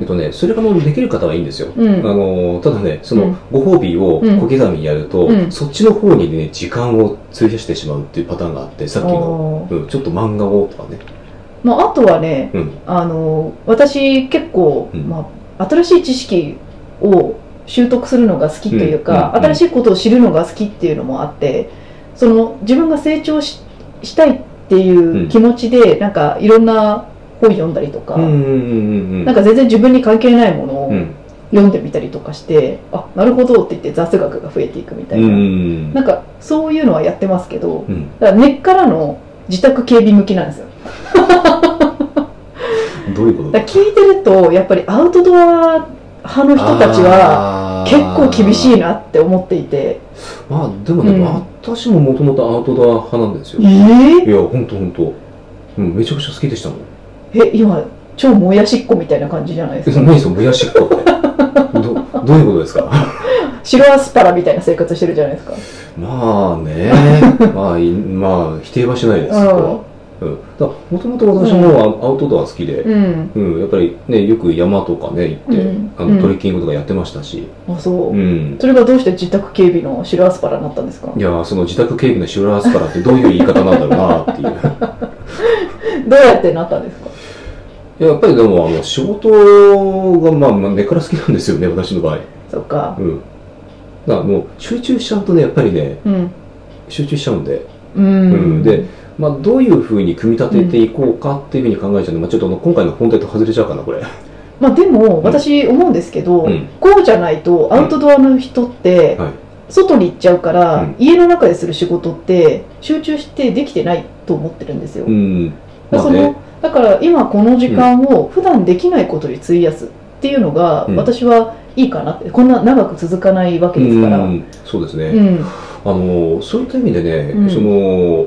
S2: えっとね、それがもうできる方はいいんですよ。
S1: う
S2: あ
S1: ん
S2: のただね、そうの
S1: ん
S2: ご褒美を
S1: うん
S2: 小刻みにやると、
S1: うん
S2: そっちの方にね、時間を費やしてしまうっていうパターンがあって、さっきの、
S1: あー
S2: うん、ちょっと漫画をとかね、
S1: まあ、あとはね、
S2: うん
S1: あの私結構、
S2: うん
S1: まあ、新しい知識を習得するのが好きというか、
S2: うんうんう
S1: 新
S2: ん
S1: しいことを知るのが好きっていうのもあってその自分が成長ししたいっていう気持ちで、なんかいろんな本読んだりとか、
S2: うんうんうんうん
S1: なんか全然自分に関係ないもの
S2: う
S1: を
S2: ん
S1: 読んでみたりとかして、あなるほどって言って雑学が増えていくみた
S2: う
S1: いな、
S2: ん
S1: なんかそういうのはやってますけど
S2: うん
S1: だから根っからの自宅警備向きなんですよ。
S2: どういうこと
S1: だから聞いてるとやっぱりアウトドア派の人たちは
S2: は
S1: 結構厳しい
S2: な
S1: なって思っていて
S2: まあでもね、
S1: うん
S2: 私ももともとアウトドア派なんですよ、
S1: えー
S2: いやほんとほんと、うん、めちゃくちゃ好きでしたもん
S1: え今超もやしっこみたいな感じじゃないで
S2: え
S1: すか
S2: 何そのもやしっこってどどういうことですか
S1: 白アスパラみたいな生活してるじゃないですか
S2: まあね まあいまあ否定はしないです
S1: うん
S2: そこはうん、だもともと私もアウトドア好きで、
S1: うん
S2: うんやっぱりねよく山とかね行って、
S1: うん
S2: あ
S1: う
S2: の
S1: ん
S2: トレッキングとかやってましたし、
S1: あそう、
S2: うん、
S1: それがどうして自宅警備の白アスパラになったんですか
S2: いやーその自宅警備のシュラースパラってどういう言い方なんだろうなっていう
S1: どうやってなったんですか
S2: いややっぱりでもあの仕事がまあまあ根っから好きなんですよね私の場合
S1: そっか
S2: うんだからもう集中しちゃうとねやっぱりね
S1: うん
S2: 集中しちゃうんで、
S1: うん、
S2: うんで、まあ、どういうふうに組み立てていこうかっていうふうに考えちゃうんで、まあ、ちょっとあの今回の本題と外れちゃうかなこれ
S1: まあでも私思うんですけど、
S2: うん
S1: こうじゃないとアウトドアの人って
S2: はい
S1: 外に行っちゃうから、
S2: うん
S1: 家の中でする仕事って集中してできてないと思ってるんですよ、
S2: うんまあ
S1: その
S2: ね
S1: だから今この時間を普段できないことに費やすっていうのが
S2: うん
S1: 私はいいかなって、こんな長く続かないわけですから、う
S2: うんんそうですね、あのそういった意味でね、
S1: うん
S2: その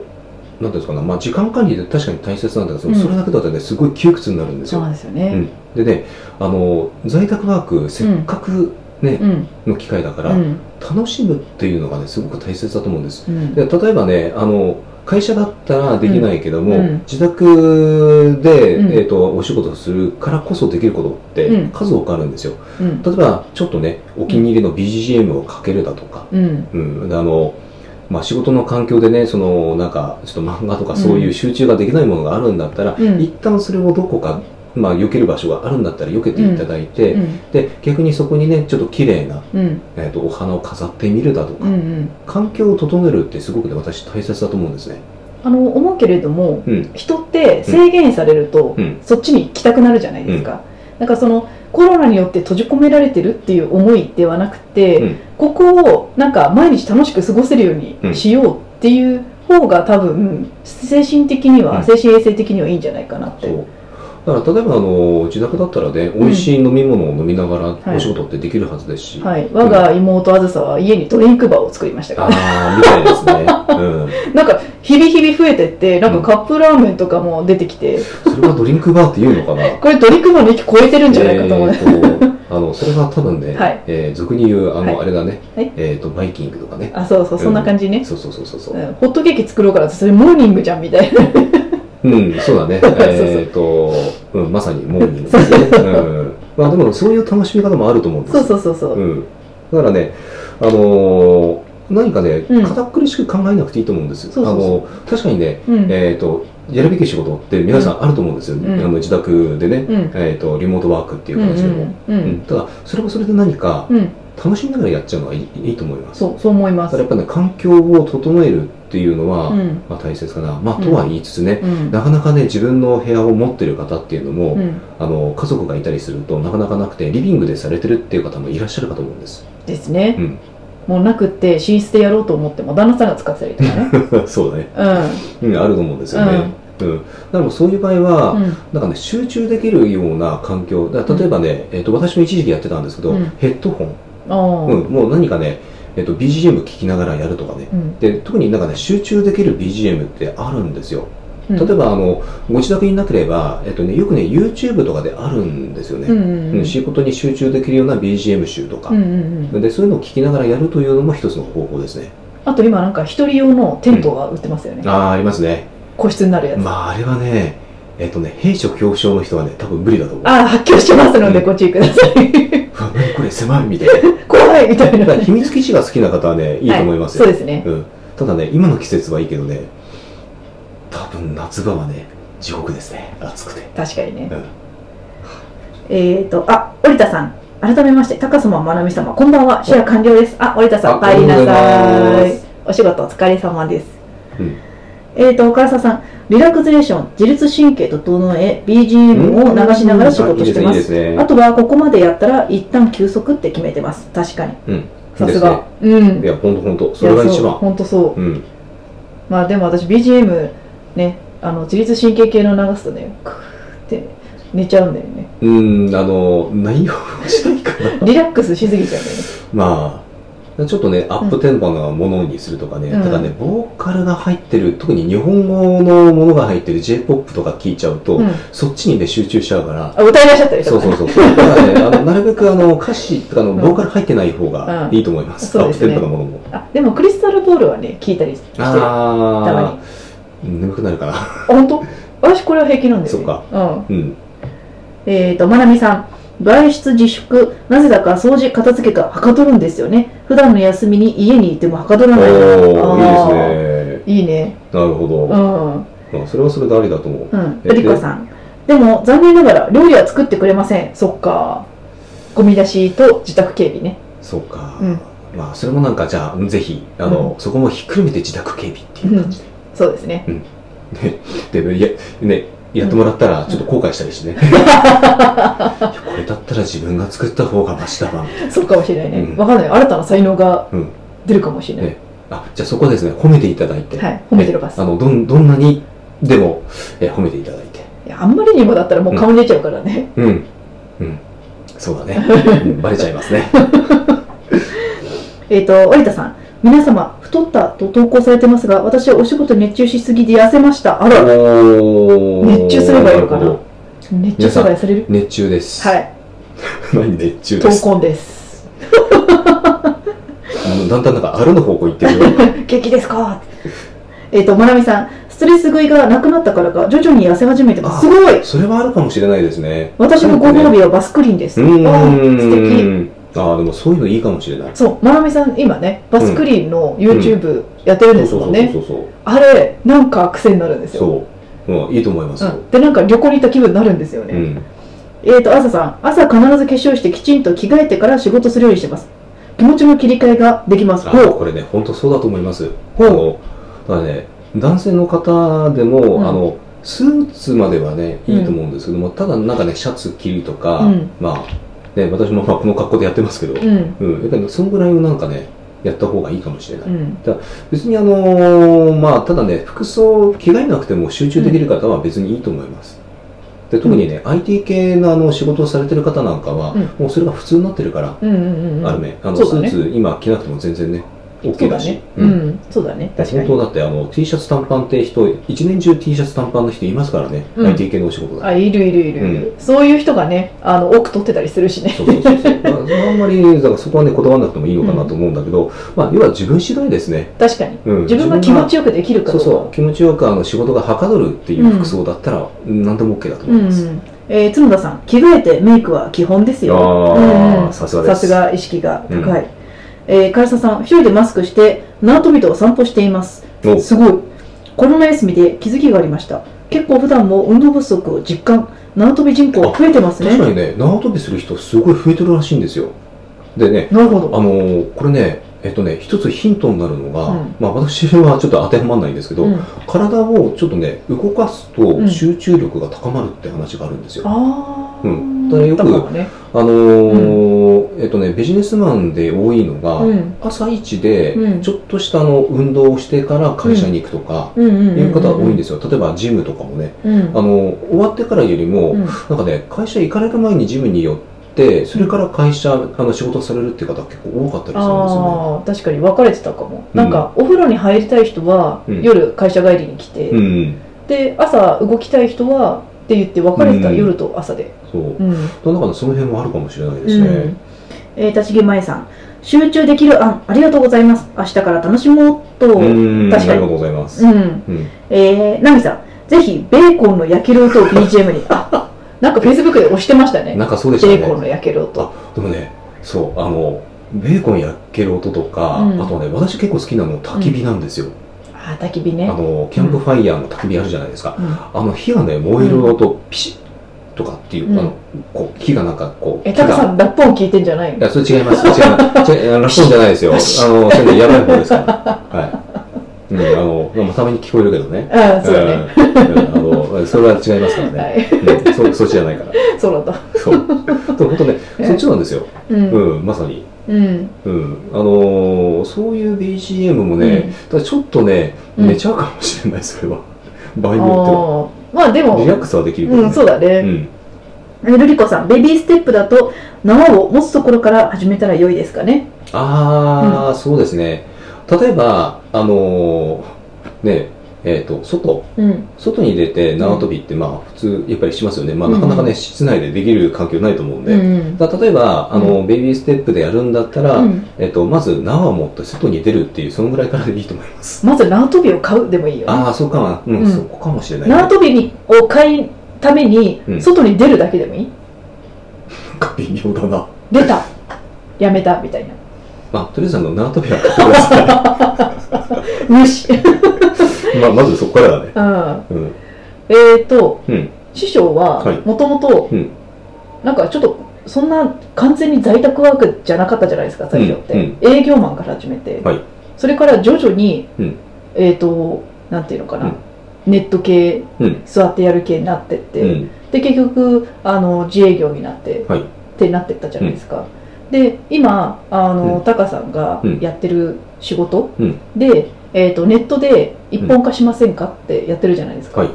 S2: なんていうんですかね、まあ、時間管理って確かに大切なんだけど、
S1: うん
S2: それだけだとねすごい窮屈になるんです
S1: そう
S2: よ
S1: なんですよね、
S2: でねあの在宅ワークせっかく、ね
S1: うん
S2: の機会だか
S1: う
S2: ら、
S1: ん
S2: 楽しむっていうのがねすごく大切だと思うんです
S1: うん
S2: で例えばねあの会社だったらできないけど
S1: う
S2: も、
S1: ん
S2: 自宅で、
S1: うん
S2: えー、とお仕事するからこそできることって
S1: うん
S2: 数多くあるんですよ、
S1: うん
S2: 例えばちょっとねお気に入りの BGM をかけるだとか、
S1: うん
S2: うん、であのまあ、仕事の環境でねそのなんかちょっと漫画とかそういう集中ができないものがあるんだったら、
S1: うん
S2: 一旦それをどこか、まあ、避ける場所があるんだったら避けていただいて、
S1: うん
S2: で逆にそこにねちょっと綺麗な、
S1: うん
S2: えー、とお花を飾ってみるだとか、
S1: うんうん
S2: 環境を整えるってすごくね私大切だと思うんですね
S1: あの思うけれども、
S2: うん
S1: 人って制限されると、
S2: うん
S1: そっちに行きたくなるじゃないですか、なんかそのコロナによって閉じ込められてるっていう思いではなくて、
S2: うん
S1: ここをなんか毎日楽しく過ごせるようにしようっていう方が多分精神的には、
S2: うん
S1: 精神衛生的にはいいんじゃないかなって
S2: そうだから例えばあの自宅だったらね美味しい飲み物を飲みなが
S1: は
S2: ら
S1: い
S2: お仕事ってできるはずですし、
S1: はい、我が妹あずさは家にドリンクバーを作りましたから、
S2: ああみた いですね、うん、
S1: なんか日々日々増えてってなんかカップラーメンとかも出てきて、
S2: それはドリンクバーっていうのかな
S1: これドリンクバーの域超えて るんじゃないかと思う、
S2: えーとあのそれは多分ね、
S1: はい
S2: えー俗に言うあの、
S1: はい
S2: あれだね、
S1: はい
S2: えっ、とバイキングとかね
S1: あそうそうそんな感じね、
S2: そうそうそうそ うそう
S1: うんホットケーキ作ろうからってそれモーニングじゃんみたい な
S2: うん、そうだね。
S1: そうそう
S2: えっ、と、うん、まさにモーニングですね。うん、まあでも、そういう楽しみ方もあると思うんです
S1: そうそうそうそう、
S2: うん。だからね、あのー何かね
S1: うん、
S2: 堅苦しく考えなくていいと思うんです。
S1: そうそうそ
S2: あの確かにね、
S1: うん
S2: えっ、と、やるべき仕事って皆さんあると思うんですよ。
S1: うん
S2: あの自宅でね、
S1: うん
S2: えっ、と、リモートワークっていう
S1: うん
S2: 形でも。
S1: うんう
S2: うん
S1: ん
S2: ただ、それはそれで何か
S1: うん
S2: 楽しみながらやっちゃうのはいいいいと思います。
S1: そうそう思いま
S2: だか
S1: す
S2: らやっぱね、環境を整えるっていうのは、
S1: うん
S2: まあ大切かな。まあ、
S1: うん
S2: とは言いつつね、
S1: うん
S2: なかなかね、自分の部屋を持ってる方っていうのも、
S1: うん
S2: あの、家族がいたりするとなかなかなくて、リビングでされてるっていう方もいらっしゃるかと思うんです。
S1: ですね、
S2: うん
S1: もうなくって寝室でやろうと思っても旦那さんが使ってたりとか ね
S2: そうだね。
S1: う
S2: うん、あると思うんですよね。うん。だからもうそういう場合は、
S1: んうん
S2: なんかね、集中できるような環境。だから例えばね、えっ、と、私も一時期やってたんですけど、
S1: うん
S2: ヘッドホン。
S1: ああ
S2: うん、もう何かね、えっ、と、BGM 聞きながらやるとかね。
S1: うん
S2: で、特になんかね、集中できる BGM ってあるんですよ。
S1: うん
S2: 例えば、あの、ご自宅になければ、えっ、とね、よくね、YouTube とかであるんですよね。
S1: うんうんう
S2: うんん、仕事に集中できるような BGM 集とか、
S1: うんうんうん
S2: でそういうのを聞きながらやるというのも一つの方法ですね
S1: あと今なんか一人用のテントが売ってますよね、
S2: ああありますね
S1: 個室になるやつ、
S2: まああれはねえっとね閉所恐怖症の人はね多分無理だと思う
S1: ああ発狂してますので
S2: うん
S1: ご注意ください
S2: うわ何これ狭いみたい な
S1: 怖いみたい
S2: だ
S1: な
S2: から秘密基地が好きな方はねいいと思いますよ、
S1: はそうですね
S2: うん、ただね今の季節はいいけどね多分夏場はね地獄ですね暑くて
S1: 確かにね、
S2: うん
S1: えっ、ー、とあ織田さん改めまして高様まなみ様こんばんはシェア完了ですあ織田さんお
S2: あ
S1: 帰りな
S2: あ
S1: さ
S2: りがとうござい
S1: い
S2: ます
S1: お仕事お疲れ様です、
S2: うん
S1: えっ、ー、と岡浅さんリラクゼーション自律神経整え BGM を流しながら仕事してま
S2: あいいですすねいい
S1: あ
S2: で
S1: とはここまでやったら一旦休息って決めてます確かに
S2: すねうん
S1: さす
S2: いい
S1: が
S2: で
S1: うん
S2: ねいや本当本当それが一番
S1: 本当そう
S2: うん
S1: まあでも私 BGM ねあの自律神経系の流すとねクーって寝ちゃうんだよね
S2: うんあの内容をしないから
S1: リラックスしすぎちゃうんだよね
S2: まあ、ちょっとね、アップテンポなものにするとかね、
S1: うん
S2: ただね、ボーカルが入ってる、特に日本語のものが入ってる J-POP とか聞いちゃうと、
S1: うん
S2: そっちにね、集中しちゃうから、
S1: あ歌いらっしゃったりと
S2: そう
S1: かね
S2: そうそう。 だからね、あのなるべくあの歌詞とかの
S1: ん
S2: ボーカル入ってない方がいいと思います。
S1: うん
S2: アップテンポなものも。
S1: あでもクリスタルボールはね聞いたりしてるあたま
S2: あ
S1: に
S2: ー、眠くなるかな。
S1: 本当私これは平気なんだよ、ね、
S2: そっか
S1: うん
S2: うん。
S1: えーとまなみさん外出自粛なぜだか掃除片付けがはかどるんですよね普段の休みに家にいてもはかど
S2: お
S1: らない
S2: ー、いいですね。
S1: いいね
S2: なるほど。
S1: うん
S2: まあ、それはそれでありだと思
S1: う
S2: う。
S1: ん、
S2: え
S1: ルリコさん。でも残念ながら料理は作ってくれません。そっか。ゴミ出しと自宅警備ね。
S2: そうか。
S1: うん
S2: まあ、それもなんか、じゃあ、ぜひ、あの、そこもひっくるめて自宅警備っていう感じで
S1: そうですね。
S2: で、いや、ね、やってもらったら、ちょっと後悔したりして ね。いやこれだったら自分が作った方がマシだわ。
S1: そうかもしれないね。わ、
S2: うん
S1: かんない。新たな才能が
S2: うん
S1: 出るかもしれない。
S2: ねあ、じゃあそこはですね、褒めていただいて。
S1: はい褒めてるバス
S2: ねあの、どん、どんなにでも、え褒めていただいて。
S1: いやあんまりにもだったらもう顔に出ちゃうからね。
S2: うん。うん。そう だね。うんバレちゃいますね。
S1: えっと、織田さん。皆様、太ったと投稿されてますが、私はお仕事熱中しすぎで痩せました。あら、
S2: お
S1: 熱中すればいいのかな
S2: るほど
S1: 熱中症が痩せれる
S2: 熱中です。。
S1: はいい。
S2: 何熱中
S1: 投
S2: です。
S1: 稿です。
S2: もうだんだんなんか、あるの方向行ってるよ。
S1: 元気ですかえっ、と、まなみさん、ストレス食いがなくなったからか、徐々に痩せ始めてます。すごい
S2: それはあるかもしれないですね。
S1: 私のご褒美はバスクリンで
S2: う
S1: す。あー素敵。
S2: ーん。ああ、でもそういうのいいかもしれない。
S1: そう、まなみさん、今ね、バスクリンの YouTube やってるんですもんね。
S2: そうそうそう
S1: あれ、なんか癖になるんです
S2: そう。
S1: よ。
S2: そう。うん、いいと思いますよ
S1: う。ん、で、なんか旅行に行った気分になるんですよ
S2: う
S1: ね。
S2: ん。
S1: えっ、と、朝さん、朝必ず化粧してきちんと着替えてから仕事するようにしてます。気持ちの切り替えができます。
S2: あ
S1: ほう
S2: これね、本当そうだと思います。
S1: ほう
S2: う。だからね、男性の方でも、
S1: ん
S2: あの、スーツまではね、いいと思うんですけども、ただなんかね、シャツ着るとか、
S1: うん
S2: まあ、ね、私もまあこの格好でやってますけど、
S1: うん。
S2: うん、やっぱりそのぐらいをなんかね、やった方がいいかもしれない。
S1: うん。
S2: 別にあのーまあ、ただね、服装着替えなくても集中できる方は別にいいと思います。で特にね、IT 系のあの仕事をされてる方なんかは、
S1: うん
S2: もうそれが普通になってるから、
S1: うんうんうん。
S2: あるね、あのス
S1: そうだね
S2: ーツ今着なくても全然ね、
S1: そう
S2: OK
S1: だ
S2: だし。
S1: ね。うん。そうだね。確か
S2: 本
S1: に。
S2: 当だってあの T シャツ短パンって人、一年中 T シャツ短パンの人いますからね、
S1: うん
S2: IT 系のお仕事だと。
S1: あ、いるいるいるいる。そういう人がね、あの、奥取ってたりする しね。
S2: そうそうそう そうまあ、あんまりだからそこはねこだわらなくてもいいのかなと思うんだけど、まあ、要は自分次第ですね、
S1: 確かに。
S2: うん、
S1: 自分が気持ちよくできるか
S2: そ
S1: ど
S2: う
S1: うか。
S2: そう気持ちよくあの仕事がはかどるっていう服装だったら何でも OK だと思
S1: う
S2: い
S1: ん
S2: ます、
S1: えー、角田さん、着替えてメイクは基本ですよ。うん
S2: あ
S1: う
S2: あ
S1: ん
S2: さすがで
S1: さ
S2: す
S1: すが意識が高い。えー、唐沢さん、一人でマスクして、縄跳びとお散歩しています。
S2: お
S1: すごい。コロナ休みで気づきがありました。結構普段も運動不足を実感。縄跳び人口増えてます
S2: 確か
S1: ね。
S2: にね縄跳びする人すごい増えてるらしいんですよでね
S1: なるほ
S2: あ
S1: ど。
S2: のーこれねえっとね一つヒントになるのが、
S1: うん
S2: まあ、私はちょっと当てはまらないんですけど、
S1: うん、
S2: 体をちょっとね動かす
S1: う
S2: と
S1: ん
S2: 集中力が高まるって話があるんですよ、
S1: あー
S2: うんだからよく
S1: だからね。
S2: あのーえっとねビジネスマンで多いのが、
S1: うん。
S2: 朝一で
S1: うん
S2: ちょっとしたあの運動をしてから会社に行くとか、
S1: うんうんうん。。
S2: いう方が多いんですすよ。例えばジムとかもね、
S1: うん。
S2: あの終わってからよりも、
S1: うん
S2: なんかね会社行かれる前にジムに寄って、それから会社あの仕事されるっていう方結構多かったりするんですよね。
S1: ああ確かに分かれてたかも、
S2: うん
S1: なんかお風呂に入りたい人は、
S2: うん
S1: 夜会社帰りに来て、
S2: うん、
S1: で朝動きたい人はって言って分かれてた、
S2: うん
S1: 夜と朝で、
S2: そう。
S1: うん
S2: なんかねその辺もあるかもしれないで
S1: う
S2: すね。
S1: んえー、立木舞さん集中できる案ありがとうございます明日から楽しもうっとうん、
S2: うん
S1: 確かに
S2: ありがとうございます。うん
S1: えー、ナミさんぜひベーコンの焼ける音を BGM にあなんかフェイスブックで押してましたね
S2: なんかそうでした
S1: ベ
S2: ね。
S1: ーコンの焼ける音
S2: あでもね、そうあのベーコン焼ける音とか、
S1: うん
S2: あとはね私結構好きなの焚き火なんですよ。
S1: あ焚き火ね
S2: あのキャンプファイヤーの焚き火あるじゃないですか。
S1: うん
S2: あの火がね燃える音、ピシッとかっていう、
S1: うん
S2: あのこう火がなんかこう
S1: え
S2: 木が
S1: タカさんラップ音聞いてんじゃない
S2: い
S1: の
S2: やそれ違います違いま す違うあのラップ音じゃないですよあ
S1: ピ
S2: の
S1: シッ
S2: それねやばい方で すからはい、うん、あのまあたまに聞こえるけどね
S1: ああそうだね、
S2: うんうんあのそれは違いますからね、
S1: はい
S2: うん、そそっちじゃないから
S1: そうなんだ
S2: そうでも本当ねそっちなんですよ、
S1: うん
S2: うん、まさに
S1: うん
S2: うん、あのーそういう BGM も
S1: うん
S2: ね、ただちょっとね、
S1: うん
S2: 寝ちゃうかもしれないそれは場合
S1: あ
S2: によ
S1: ーまあで
S2: っては
S1: も
S2: リラックスはできるけど、ね
S1: うんそうだね、
S2: うん
S1: えルリコさんベビーステップだと縄を持つところから始めたら良いですかね
S2: ああ、そうですね。例えば、あのーね、えっ、と、外、
S1: うん
S2: 外に出て縄跳びって、まあ、普通、やっぱりしますよね。まあ、
S1: うん
S2: なかなかね、室内でできる環境ないと思うん
S1: う
S2: で。
S1: ん
S2: だ例えば、あの、ベイビーステップでやるんだったら、
S1: うん
S2: えっと、まず縄を持って外に出るっていう、そのぐらいからでいいと思います。
S1: まず縄跳びを買うでもいいよね
S2: ああ、そうかな。うん、
S1: うん
S2: そこかもしれない、
S1: 縄跳びにを買いために
S2: うん
S1: 外に出るだけでもいい、
S2: なんか微妙だな。
S1: 出たやめたみたいな
S2: まあ、とりあえず、あの、縄跳びは買ってくだ さ
S1: よしうん
S2: い。 まあ、まずそこからだね。うん。
S1: えーと
S2: うん。
S1: 師匠は
S2: はい
S1: もともと
S2: うん
S1: なんかちょっとそんな完全に在宅ワークじゃなかったじゃないですか最初って、
S2: うん
S1: 営業マンから始めて、
S2: はい
S1: それから徐々に、
S2: うん
S1: えっ、となんていうのかな、
S2: うん
S1: ネット系、
S2: うん
S1: 座ってやる系になってって、
S2: うん。
S1: で結局あの自営業になって、
S2: はい
S1: ってなってったじゃないですか、で今あの、
S2: う
S1: タカさんが
S2: うん
S1: やってる仕事
S2: うん
S1: で、えー、とネットで一本化しませんかってやってるじゃないですか、
S2: はい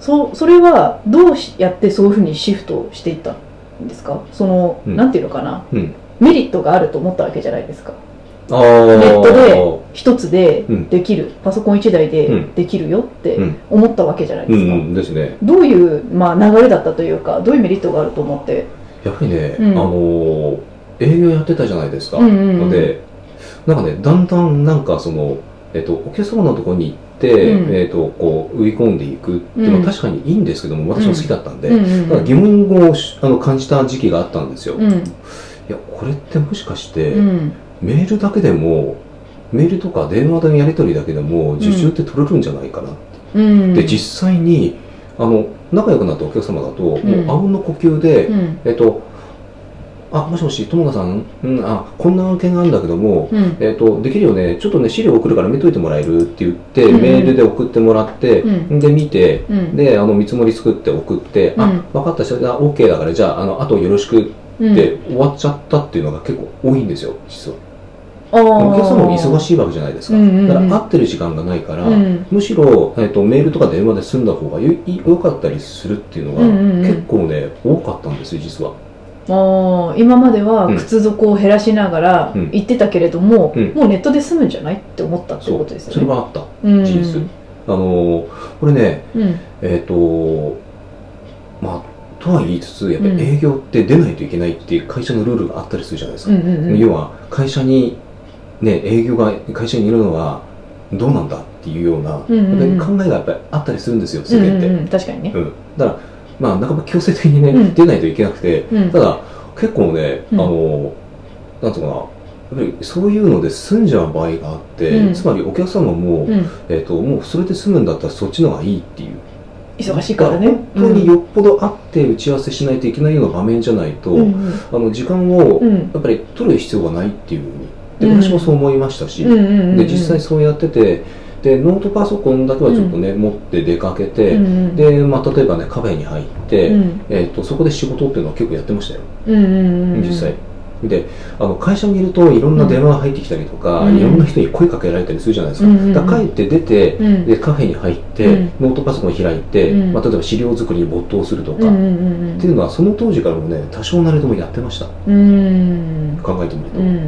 S1: そそれはどうしやってそういうふうにシフトしていったんですかその、
S2: うん
S1: なんていうのかな、
S2: うん
S1: メリットがあると思ったわけじゃないですか
S2: ああ。
S1: ネットで一つで
S2: うん
S1: できる、パソコン一台
S2: う
S1: で
S2: ん
S1: できるよって
S2: うん
S1: 思ったわけじゃないで
S2: う
S1: す
S2: ん
S1: か、
S2: うん、ですね。
S1: どういう、まあ、流れだったというかどういうメリットがあると思って
S2: やはりね、
S1: うん
S2: あのー営業やってたじゃないですか、
S1: うんうんうん
S2: のでなんかねだんだんなんかその、えっと、お客様のところに行っって、
S1: うん
S2: えっ、と、こう、売り込んでいくって、
S1: う
S2: まあ
S1: ん
S2: 確かにいいんですけども、私も好きだったんで、
S1: うん
S2: だから疑問をしあの感じた時期があったんですよ。
S1: う
S2: い
S1: ん
S2: や、これってもしかして、
S1: うん
S2: メールだけでも、メールとか電話でのやり取りだけでも、受注って取れるんじゃないかな。
S1: うん
S2: で、実際に、あの、仲良くなったお客様だと、も
S1: ん
S2: う、あうんの呼吸で、
S1: うん
S2: えっと、あ、もしもし、友田さん、うん、あ、こんな案件があるんだけども、
S1: うん
S2: えっと、できるよね、ちょっとね、資料送るから見といてもらえるって言って、
S1: うんうん
S2: メールで送ってもらって、
S1: うん
S2: で、見て、
S1: うん
S2: で、あの、見積もり作って送って、
S1: う
S2: あ
S1: ん、
S2: 分かった、それだ、OK だから、じゃあ、あの、あとよろしく
S1: うん
S2: って終わっちゃったっていうのが結構多いんですよ、実は。
S1: あー
S2: お客様も忙しいわけじゃないですか。
S1: うんうんうん
S2: だから、会ってる時間がないから、
S1: うん
S2: むしろ、えっと、メールとか電話で済んだ方がよい良かったりするっていうのが、
S1: うんうんうん
S2: 結構ね、多かったんですよ、実は。
S1: あー今までは
S2: うん
S1: 靴底を減らしながら
S2: うん
S1: 行ってたけれども、
S2: うん
S1: もうネットで済むんじゃないって思ったって
S2: そ
S1: こ
S2: う
S1: とです
S2: そ
S1: よ
S2: れ
S1: ね。
S2: はあった。
S1: うん
S2: 事実あのーこれね、
S1: うん
S2: えっ、と、まあ、とは言いつつ、やっぱ
S1: うん
S2: り営業って出ないといけないっていう会社のルールがあったりするじゃないです
S1: う
S2: か。
S1: んうんうん
S2: 要は、会社に、ね、営業が会社にいるのはどうなんだっていうような、
S1: うんうんうん
S2: やっぱり考えがやっぱりあったりするんですよ、世
S1: うん
S2: 間って。う
S1: うんんうん確かにね。
S2: だから、まあ、半ば強制的にね、
S1: うん
S2: 出ないといけなくて、
S1: うん
S2: ただ、結構ね、
S1: うん
S2: あのーなんとかな、やっぱりそういうので済んじゃう場合があって、
S1: うん
S2: つまりお客様も、
S1: うん
S2: えっともうそれで済むんだったらそっちの方がいいっていう
S1: 忙しいからね。
S2: 本当によっぽど会って打ち合わせしないといけないような場面じゃないと、
S1: うんうん
S2: あの時間を
S1: うんうん
S2: やっぱり取る必要がないっていうふうにで
S1: うん
S2: 私もそう思いましたし、
S1: うんうんうん
S2: で実際そうやっててでノートパソコンだけはちょっとね、持って出かけて、
S1: うんうん
S2: で、まあ、例えばねカフェに入って、
S1: うん
S2: えっとそこで仕事っていうのは結構やってましたよ
S1: うんうんうん
S2: 実際。であの会社にいるといろんな電話が入ってきたりとか、
S1: うん
S2: いろんな人に声かけられたりするじゃないです
S1: う
S2: か,、
S1: んうんうん
S2: だから帰って出て、
S1: うん
S2: でカフェに入って、
S1: うん
S2: ノートパソコン開いて、
S1: うん
S2: まあ、例えば資料作りに没頭するとか、
S1: うん
S2: っ
S1: うんうん
S2: ていうのはその当時からもね多少なりともやってました
S1: うん
S2: 考えてみると、
S1: うん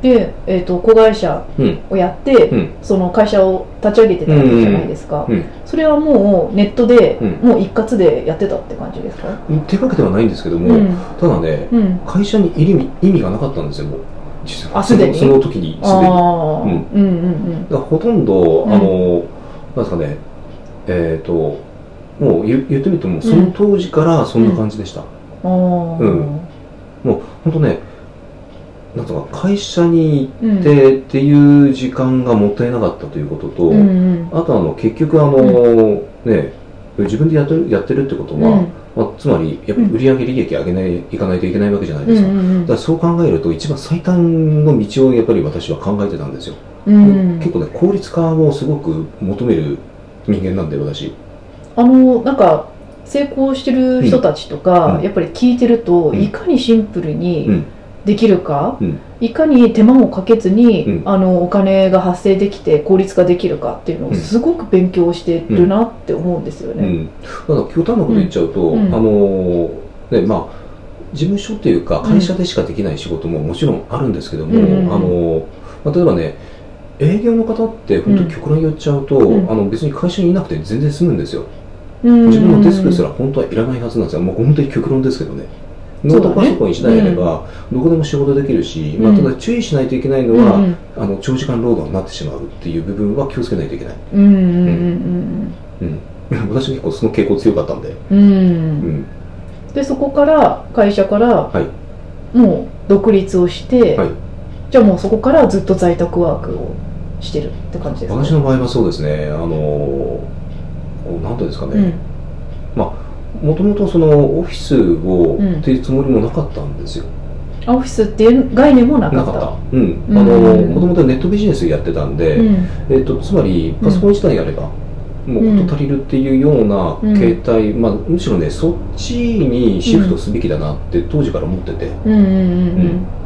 S1: で、えー、と子会社
S2: うん
S1: をやって、
S2: うん
S1: その会社を立ち上げてたわけじゃないですか、
S2: うんうん
S1: それはもうネットで、
S2: うん
S1: もう一括でやってたって感じですか
S2: 手掛けてはないんですけど
S1: う
S2: も、
S1: ん、
S2: ただね
S1: うん、
S2: 会社に意味意味がなかったんですよもう実は
S1: あすでに
S2: そのその時にすでにだか
S1: ああ、うん、うんうん
S2: らほとんど、
S1: うん
S2: あのなんですかねえっ、ともう言言ってみるともうその当時からそんな感じでした、
S1: ああ
S2: うん本当ねなんとか会社に
S1: うん
S2: 行ってっていう時間がもったいなかったということと、
S1: うんうん
S2: あとあの結局あの、ね自分でやってるやってるってことは、まあ、つまりやっぱり売上利益上げない、いかないといけないわけじゃない
S1: うんう
S2: ですか、
S1: ん
S2: だからそう考えると一番最短の道をやっぱり私は考えてたんですよ、
S1: うんうん
S2: 結構ね効率化をすごく求める人間なんで私
S1: あのなんか成功してる人たちとか、
S2: うん
S1: やっぱり聞いてると、
S2: うん
S1: いかにシンプル
S2: う
S1: に
S2: ん
S1: できるか、
S2: うん
S1: いかに手間をかけずに、
S2: うん
S1: あのお金が発生できて効率化できるかっていうの
S2: う
S1: を
S2: ん
S1: すごく勉強してるなって思うんですよ
S2: う
S1: ね。
S2: ん、ただ極端なこと言っちゃうと、
S1: うん
S2: あのねまあ事務所というか会社でしかできない仕事ももちろんあるんですけども、
S1: うんうんうん
S2: あのまあ、例えばね営業の方って本当
S1: うん
S2: に極論言っちゃうと、
S1: うん
S2: あの別に会社にいなくて全然済むんですよ、
S1: うん
S2: 自分のデスクすら本当はいらないはずなんですよもう本当に極論ですけどねノートパソコン一台あれば、どこでも仕事できるし、まあ、
S1: うん
S2: ただ注意しないといけないの
S1: うん
S2: は、
S1: うん
S2: あの長時間労働になってしまうっていう部分は気をつけないといけ ない、
S1: うんうんうん
S2: 私結構その傾向強かったんで、
S1: うんうん
S2: うん、
S1: でそこから会社から、
S2: は
S1: もう独立をして、
S2: はい
S1: じゃあもうそこからずっと在宅ワークをしてるって感じですか
S2: 私の場合はそうですね、あのこうなんていうんですか
S1: うん
S2: ね、もともとそのオフィスを
S1: うん
S2: っていうつもりもなかったんですよ、
S1: あオフィスっていう概念もなか
S2: な
S1: った
S2: かった、うん、
S1: うん
S2: あのもともとネットビジネスやってたんで、
S1: うん
S2: えっとつまりパソコン自体やれば、もうこと足りるっていうような
S1: うん
S2: 携帯、まあ、むしろね、そっちにシフトすべきだなって当時から思ってて、
S1: うんうんうんう
S2: うんん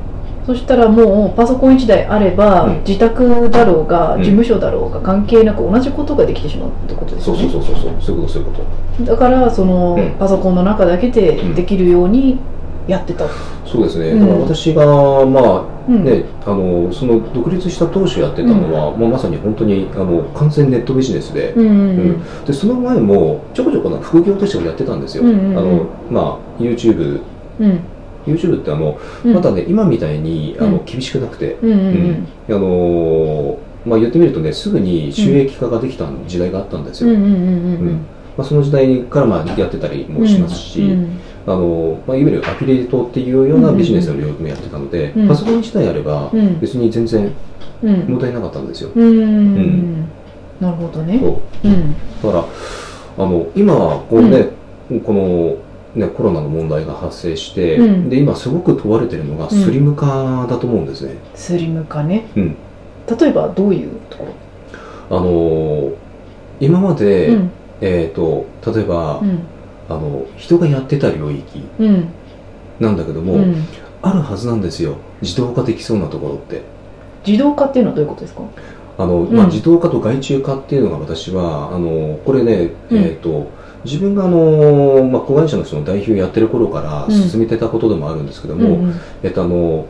S1: そしたらもうパソコン1台あれば、
S2: うん
S1: 自宅だろうが
S2: うん
S1: 事務所だろうが関係なく同じことができてしまうってことです
S2: そ
S1: よ
S2: う
S1: ね
S2: そうそうそうそう、そういうこと、そういうこと。
S1: だからその、
S2: うん
S1: パソコンの中だけでできるようにやってた、
S2: そうですね、
S1: うん
S2: だから私が、まあ
S1: うん
S2: ねあのその独立した当初やってたのは、もうまさに本当にあの完全ネットビジネスで,、
S1: うんうんうん
S2: でその前もちょこちょこな副業としてもやってたんですよ、
S1: うんうんうん
S2: あのまあ、YouTube,
S1: うん、
S2: YouTube ってあの
S1: うん
S2: まだね今みたいにあの
S1: うん
S2: 厳しくなくて、
S1: うんうん
S2: あのーまあ言ってみるとね、すぐに収益化ができた時代があったんです
S1: うん
S2: よ。
S1: うんうんうんうん
S2: まあ、その時代からまあやってたりもしますし、
S1: うん
S2: あのまあ、いわゆるアフィリエイトっていうようなビジネスの領域もやってたので、
S1: うん
S2: パソコン自体あれば
S1: うん
S2: 別に全然
S1: うん
S2: 問題なかったんですよ。
S1: うんうんうんなるほどね
S2: そう
S1: うん
S2: だからあの今はこうね、このねコロナの問題が発生して、
S1: うん
S2: で今すごく問われてるのが
S1: うん
S2: スリム化だと思うんですね。
S1: スリム化ね
S2: うん
S1: 例えばどういうところ
S2: あの今まで、
S1: うん
S2: えー、と例えば、
S1: うん
S2: あの人がやってた領域
S1: うん
S2: なんだけども、
S1: うん
S2: あるはずなんですよ自動化できそうなところって。
S1: 自動化っていうのはどういうことですか
S2: あのま
S1: う
S2: あ、
S1: ん
S2: 自動化と外注化っていうのが私はあのこれね、
S1: うん
S2: えー、と自分があの、まあ、子会社の人の代表やってる頃から
S1: うん
S2: 進めてたことでもあるんですけども、
S1: んん
S2: えっと、あの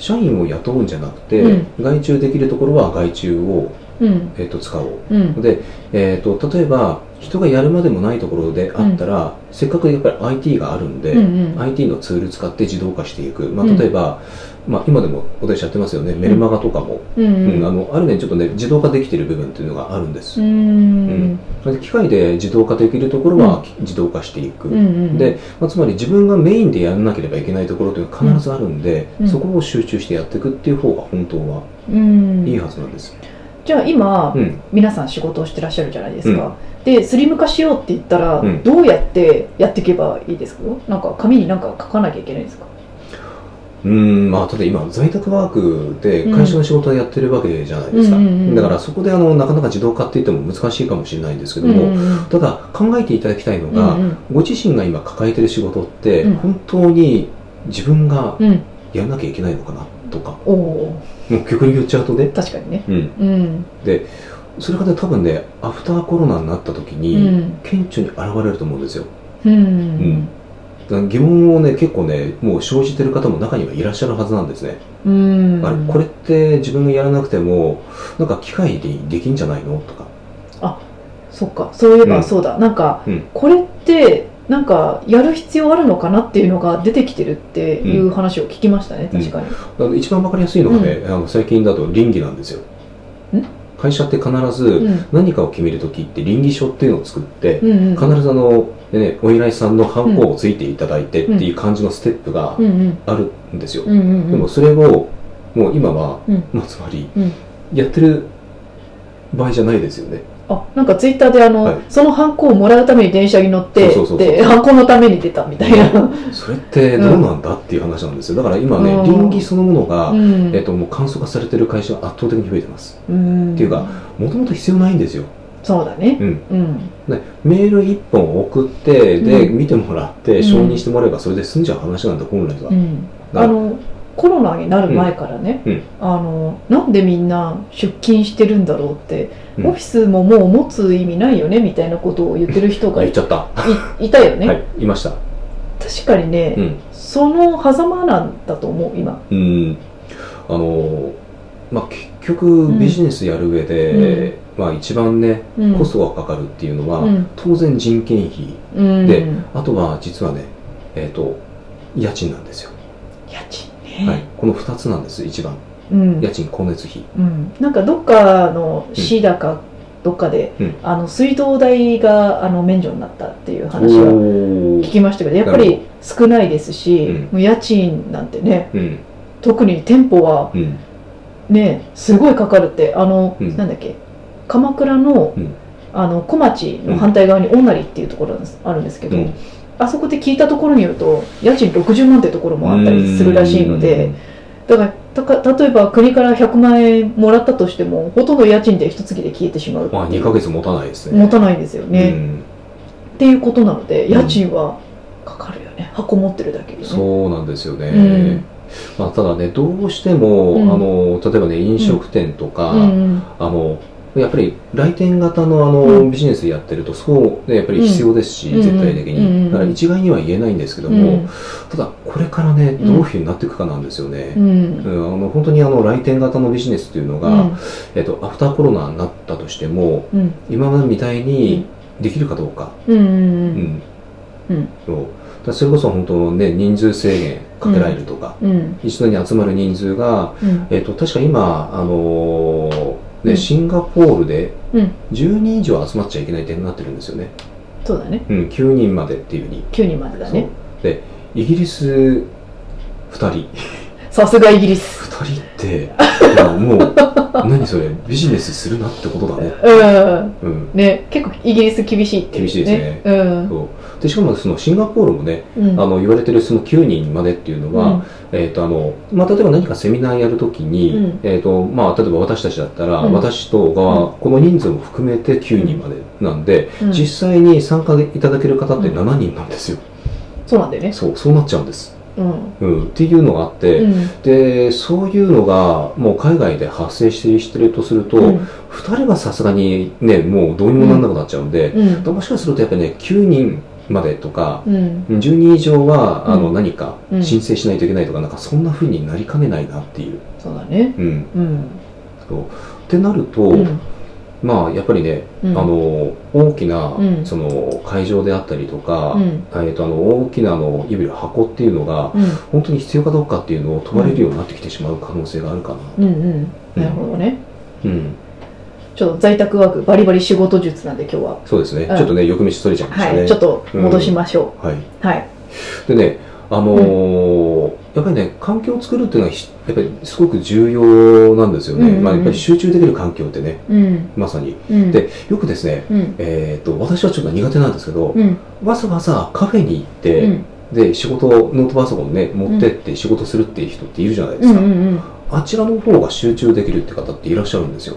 S2: 社員を雇うんじゃなくて、
S1: うん
S2: 外注できるところは外注を、
S1: うん
S2: えっと、使おう
S1: うん
S2: で、えっと例えば人がやるまでもないところであったら、せっかくやっぱり IT があるんで、
S1: うんうん
S2: IT のツール使って自動化していく、まあ、
S1: うん
S2: 例えば、まあ、今でも私やってますよねメルマガとかも、
S1: うん
S2: うんあのあるねちょっとね自動化できてる部分っていうのがあるんです
S1: う、ん
S2: で機械で自動化できるところは自動化していく、
S1: うん
S2: で、まあ、つまり自分がメインでやらなければいけないところというのは必ずあるんで、
S1: うん
S2: そこを集中してやっていくっていう方が本当は
S1: うん
S2: いいはずなんです、
S1: じゃあ今
S2: うん
S1: 皆さん仕事をしてらっしゃるじゃないですか、でスリム化しようって言ったら、
S2: うん
S1: どうやってやっていけばいいですかなんか紙になんか書かなきゃいけないんですか
S2: うんまあ、ただ今在宅ワークで会社の仕事をやってるわけじゃないですか、
S1: うんうんうんうん
S2: だからそこであのなかなか自動化って言っても難しいかもしれないんですけど
S1: うん
S2: も、
S1: うん
S2: ただ考えていただきたいの
S1: う
S2: が、
S1: ん
S2: ご自身が今抱えてる仕事って
S1: うん
S2: 本当に自分が
S1: うんうん
S2: やらなきゃいけないのかなとか、
S1: おお
S2: もう極に言っちゃうとね、
S1: 確かにね
S2: うん、
S1: うん
S2: それがね多分ねアフターコロナになった時
S1: う
S2: に、
S1: ん
S2: 顕著に現れると思うんですよ
S1: うん
S2: だから疑問をね結構ねもう生じてる方も中にはいらっしゃるはずなんですね、
S1: うん
S2: あれこれって自分がやらなくてもなんか機械でできんじゃないのとか
S1: そっかそういえ
S2: う
S1: ば
S2: ん
S1: そうだ、なんか、
S2: うん
S1: これってなんかやる必要あるのかなっていうのが出てきてるっていう話を聞きましたね、
S2: うん
S1: 確かに、
S2: あの一番わかりやすいのがね、あの最近だと倫理なんですよ
S1: ん
S2: 会社って必
S1: うん
S2: ず何かを決める時って倫理書っていうのを作って、
S1: うんうん、
S2: 必ずあの、ね、お依頼さんのハンコをついていただいてっていう感じのステップが
S1: うんうん
S2: あるんですよ、
S1: うんうんうん
S2: でもそれをもう今は、
S1: うん
S2: まあ、つまり、
S1: うん
S2: やってる場合じゃないですよね
S1: あなんかツイッターであの、
S2: はい
S1: そのハンコをもらうために電車に乗って
S2: そうそうそうそう
S1: でハンコのために出たみたいな、
S2: それってどうなんだっていう話なんですよだから今ね、
S1: うん
S2: 倫理そのものが、
S1: うん
S2: えっともう簡素化されてる会社が圧倒的に増えてます
S1: うん
S2: っていうかもともと必要ないんですよ
S1: そうだね
S2: うん
S1: うん
S2: メール1本送ってで、
S1: う
S2: 見てもらっ
S1: う
S2: て
S1: ん
S2: 承認してもらえばそれで済んじゃう話なんで本来は、
S1: うん
S2: だ
S1: あのコロナになる前からね、
S2: うんうん
S1: あのなんでみんな出勤してるんだろうって、
S2: うん
S1: オフィスももう持つ意味ないよねみたいなことを言ってる人
S2: あ
S1: が
S2: 言っ
S1: い
S2: ちゃった、
S1: いいたよね、
S2: はいいました
S1: 確かにね、
S2: うん
S1: その狭間なんだと思う今
S2: うんあのまあ結局ビジネスやる上で、まあ一番ね
S1: うん
S2: コストがかかるっていうのは、
S1: うん
S2: 当然人件費
S1: うん
S2: であとは実はねえっ、と家賃なんですよ、
S1: 家賃
S2: は
S1: ね、
S2: い、この2つなんです一番
S1: うん
S2: 家賃光熱費
S1: うん、なんかどっかの市だかどっかで、
S2: うん
S1: あの水道代があの免除になったっていう話は
S2: お
S1: 聞
S2: ー
S1: きましたけどやっぱ
S2: なる
S1: り少ないですし、
S2: うん
S1: もう家賃なんてね
S2: うん
S1: 特に店舗は
S2: うん
S1: ねすごいかかるってあの、
S2: うん
S1: なんだっけ鎌倉の,、
S2: うん
S1: あの小町の反対側に御成っていうところなんですあるんですけ
S2: う
S1: ど、
S2: ん
S1: あそこで聞いたところによると家賃60万ってところもあったりするらしいので。だからたか例えば国から100万円もらったとしてもほとんど家賃で一月で消えてしまう
S2: うんまあ2ヶ月持たないですね
S1: 持たないんですよ
S2: う
S1: ね、
S2: ん
S1: っていうことなので
S2: うん
S1: 家賃はかかるよね箱持ってるだけでね
S2: そうなんですよね、
S1: うん
S2: まあ、ただねどうしても、
S1: うん
S2: あの例えばね飲食店とか、
S1: うん
S2: あのやっぱり来店型のあの、
S1: うん
S2: ビジネスやってるとそう、ね、やっぱり必要ですし、
S1: うん
S2: 絶対的に、
S1: うんうんうん
S2: だから一概には言えないんですけど
S1: う
S2: も、
S1: ん
S2: ただこれからね
S1: ん
S2: どういうふうになっていくかなんですよ
S1: う
S2: ね、
S1: ん
S2: うんあの本当にあの来店型のビジネスっていうの
S1: う
S2: が、
S1: ん
S2: えっと、アフターコロナになったとしても
S1: うん
S2: 今までみたいにできるかどうか、
S1: うんうん
S2: うん
S1: うん
S2: そうだからそれこそ本当ね人数制限かけられるとか、
S1: うん
S2: 一度に集まる人数が、
S1: うん
S2: えっと確か今、あのー
S1: う
S2: で、
S1: ん
S2: シンガポールで
S1: うん
S2: 10人以上集まっちゃいけない点になってるんですよね。
S1: そうだね
S2: うん、9人までっていうふうに。
S1: 9人までだね
S2: そうで、イギリス2人。
S1: さすがイギリス
S2: 2人って、いやもう、 何それ、ビジネスするなってことだね。
S1: うん
S2: うん。
S1: ね結構イギリス厳しいっていう
S2: 厳しいですね
S1: うん
S2: そうでしかもそのシンガポールもね、
S1: うん
S2: あの言われてるその9人までっていうのは、
S1: うん
S2: えーとあのまあ、例えば何かセミナーやるときに、
S1: うん
S2: えーとまあ、例えば私たちだったら、
S1: うん
S2: 私とがこの人数も含めて9人までなんで、
S1: うん
S2: 実際に参加いただける方って7人なんですよ、
S1: そうなんだよね
S2: そうそうなっちゃうんです、
S1: うん
S2: うん、っていうのがあって、
S1: うん
S2: でそういうのがもう海外で発生してしてるとすると、
S1: うん
S2: 2人はさすがにねもうどうにもなんなくなっちゃうんで、
S1: うん
S2: もしかするとやっぱりね9人までとか、
S1: うん
S2: 10人以上はあ
S1: う
S2: の
S1: ん
S2: 何か
S1: うん
S2: 申請しないといけないとか、なんかそんな風になりかねないなっていう。
S1: そうだね
S2: うん、
S1: うん
S2: そうってなると、
S1: うん
S2: まあやっぱりね、
S1: うん
S2: あの大きな、
S1: うん
S2: その会場であったりとか、
S1: うん
S2: えー、とあの大きなあのいわゆる箱っていうのが
S1: うん
S2: 本当に必要かどうかっていうのを問われるようになってきてしまう可能性があるかな。
S1: うんうんなるほどね
S2: うん
S1: ちょっと在宅ワークバリバリ仕事術なんで今日は
S2: そうですね、
S1: うん
S2: ちょっとね欲飯取れちゃいましたね。
S1: はいちょっと戻しましょ
S2: はいう
S1: はい
S2: でね、あのーやっぱりね、環境を作るっていうのはひ、やっぱりすごく重要なんですよね。
S1: うんうんうん
S2: まあ、やっぱり集中できる環境ってね、
S1: うん
S2: まさに。
S1: うん
S2: で、よくですね、
S1: うん
S2: えっ、と、私はちょっと苦手なんですけど、
S1: うん
S2: わざわざカフェに行っ
S1: う
S2: て、
S1: ん
S2: で、仕事を、ノートパソコンね、持ってって仕事するっていう人っているじゃないで
S1: う
S2: す
S1: ん
S2: か。
S1: うんうん
S2: あちらの方が集中できるって方っていらっしゃるんですよ。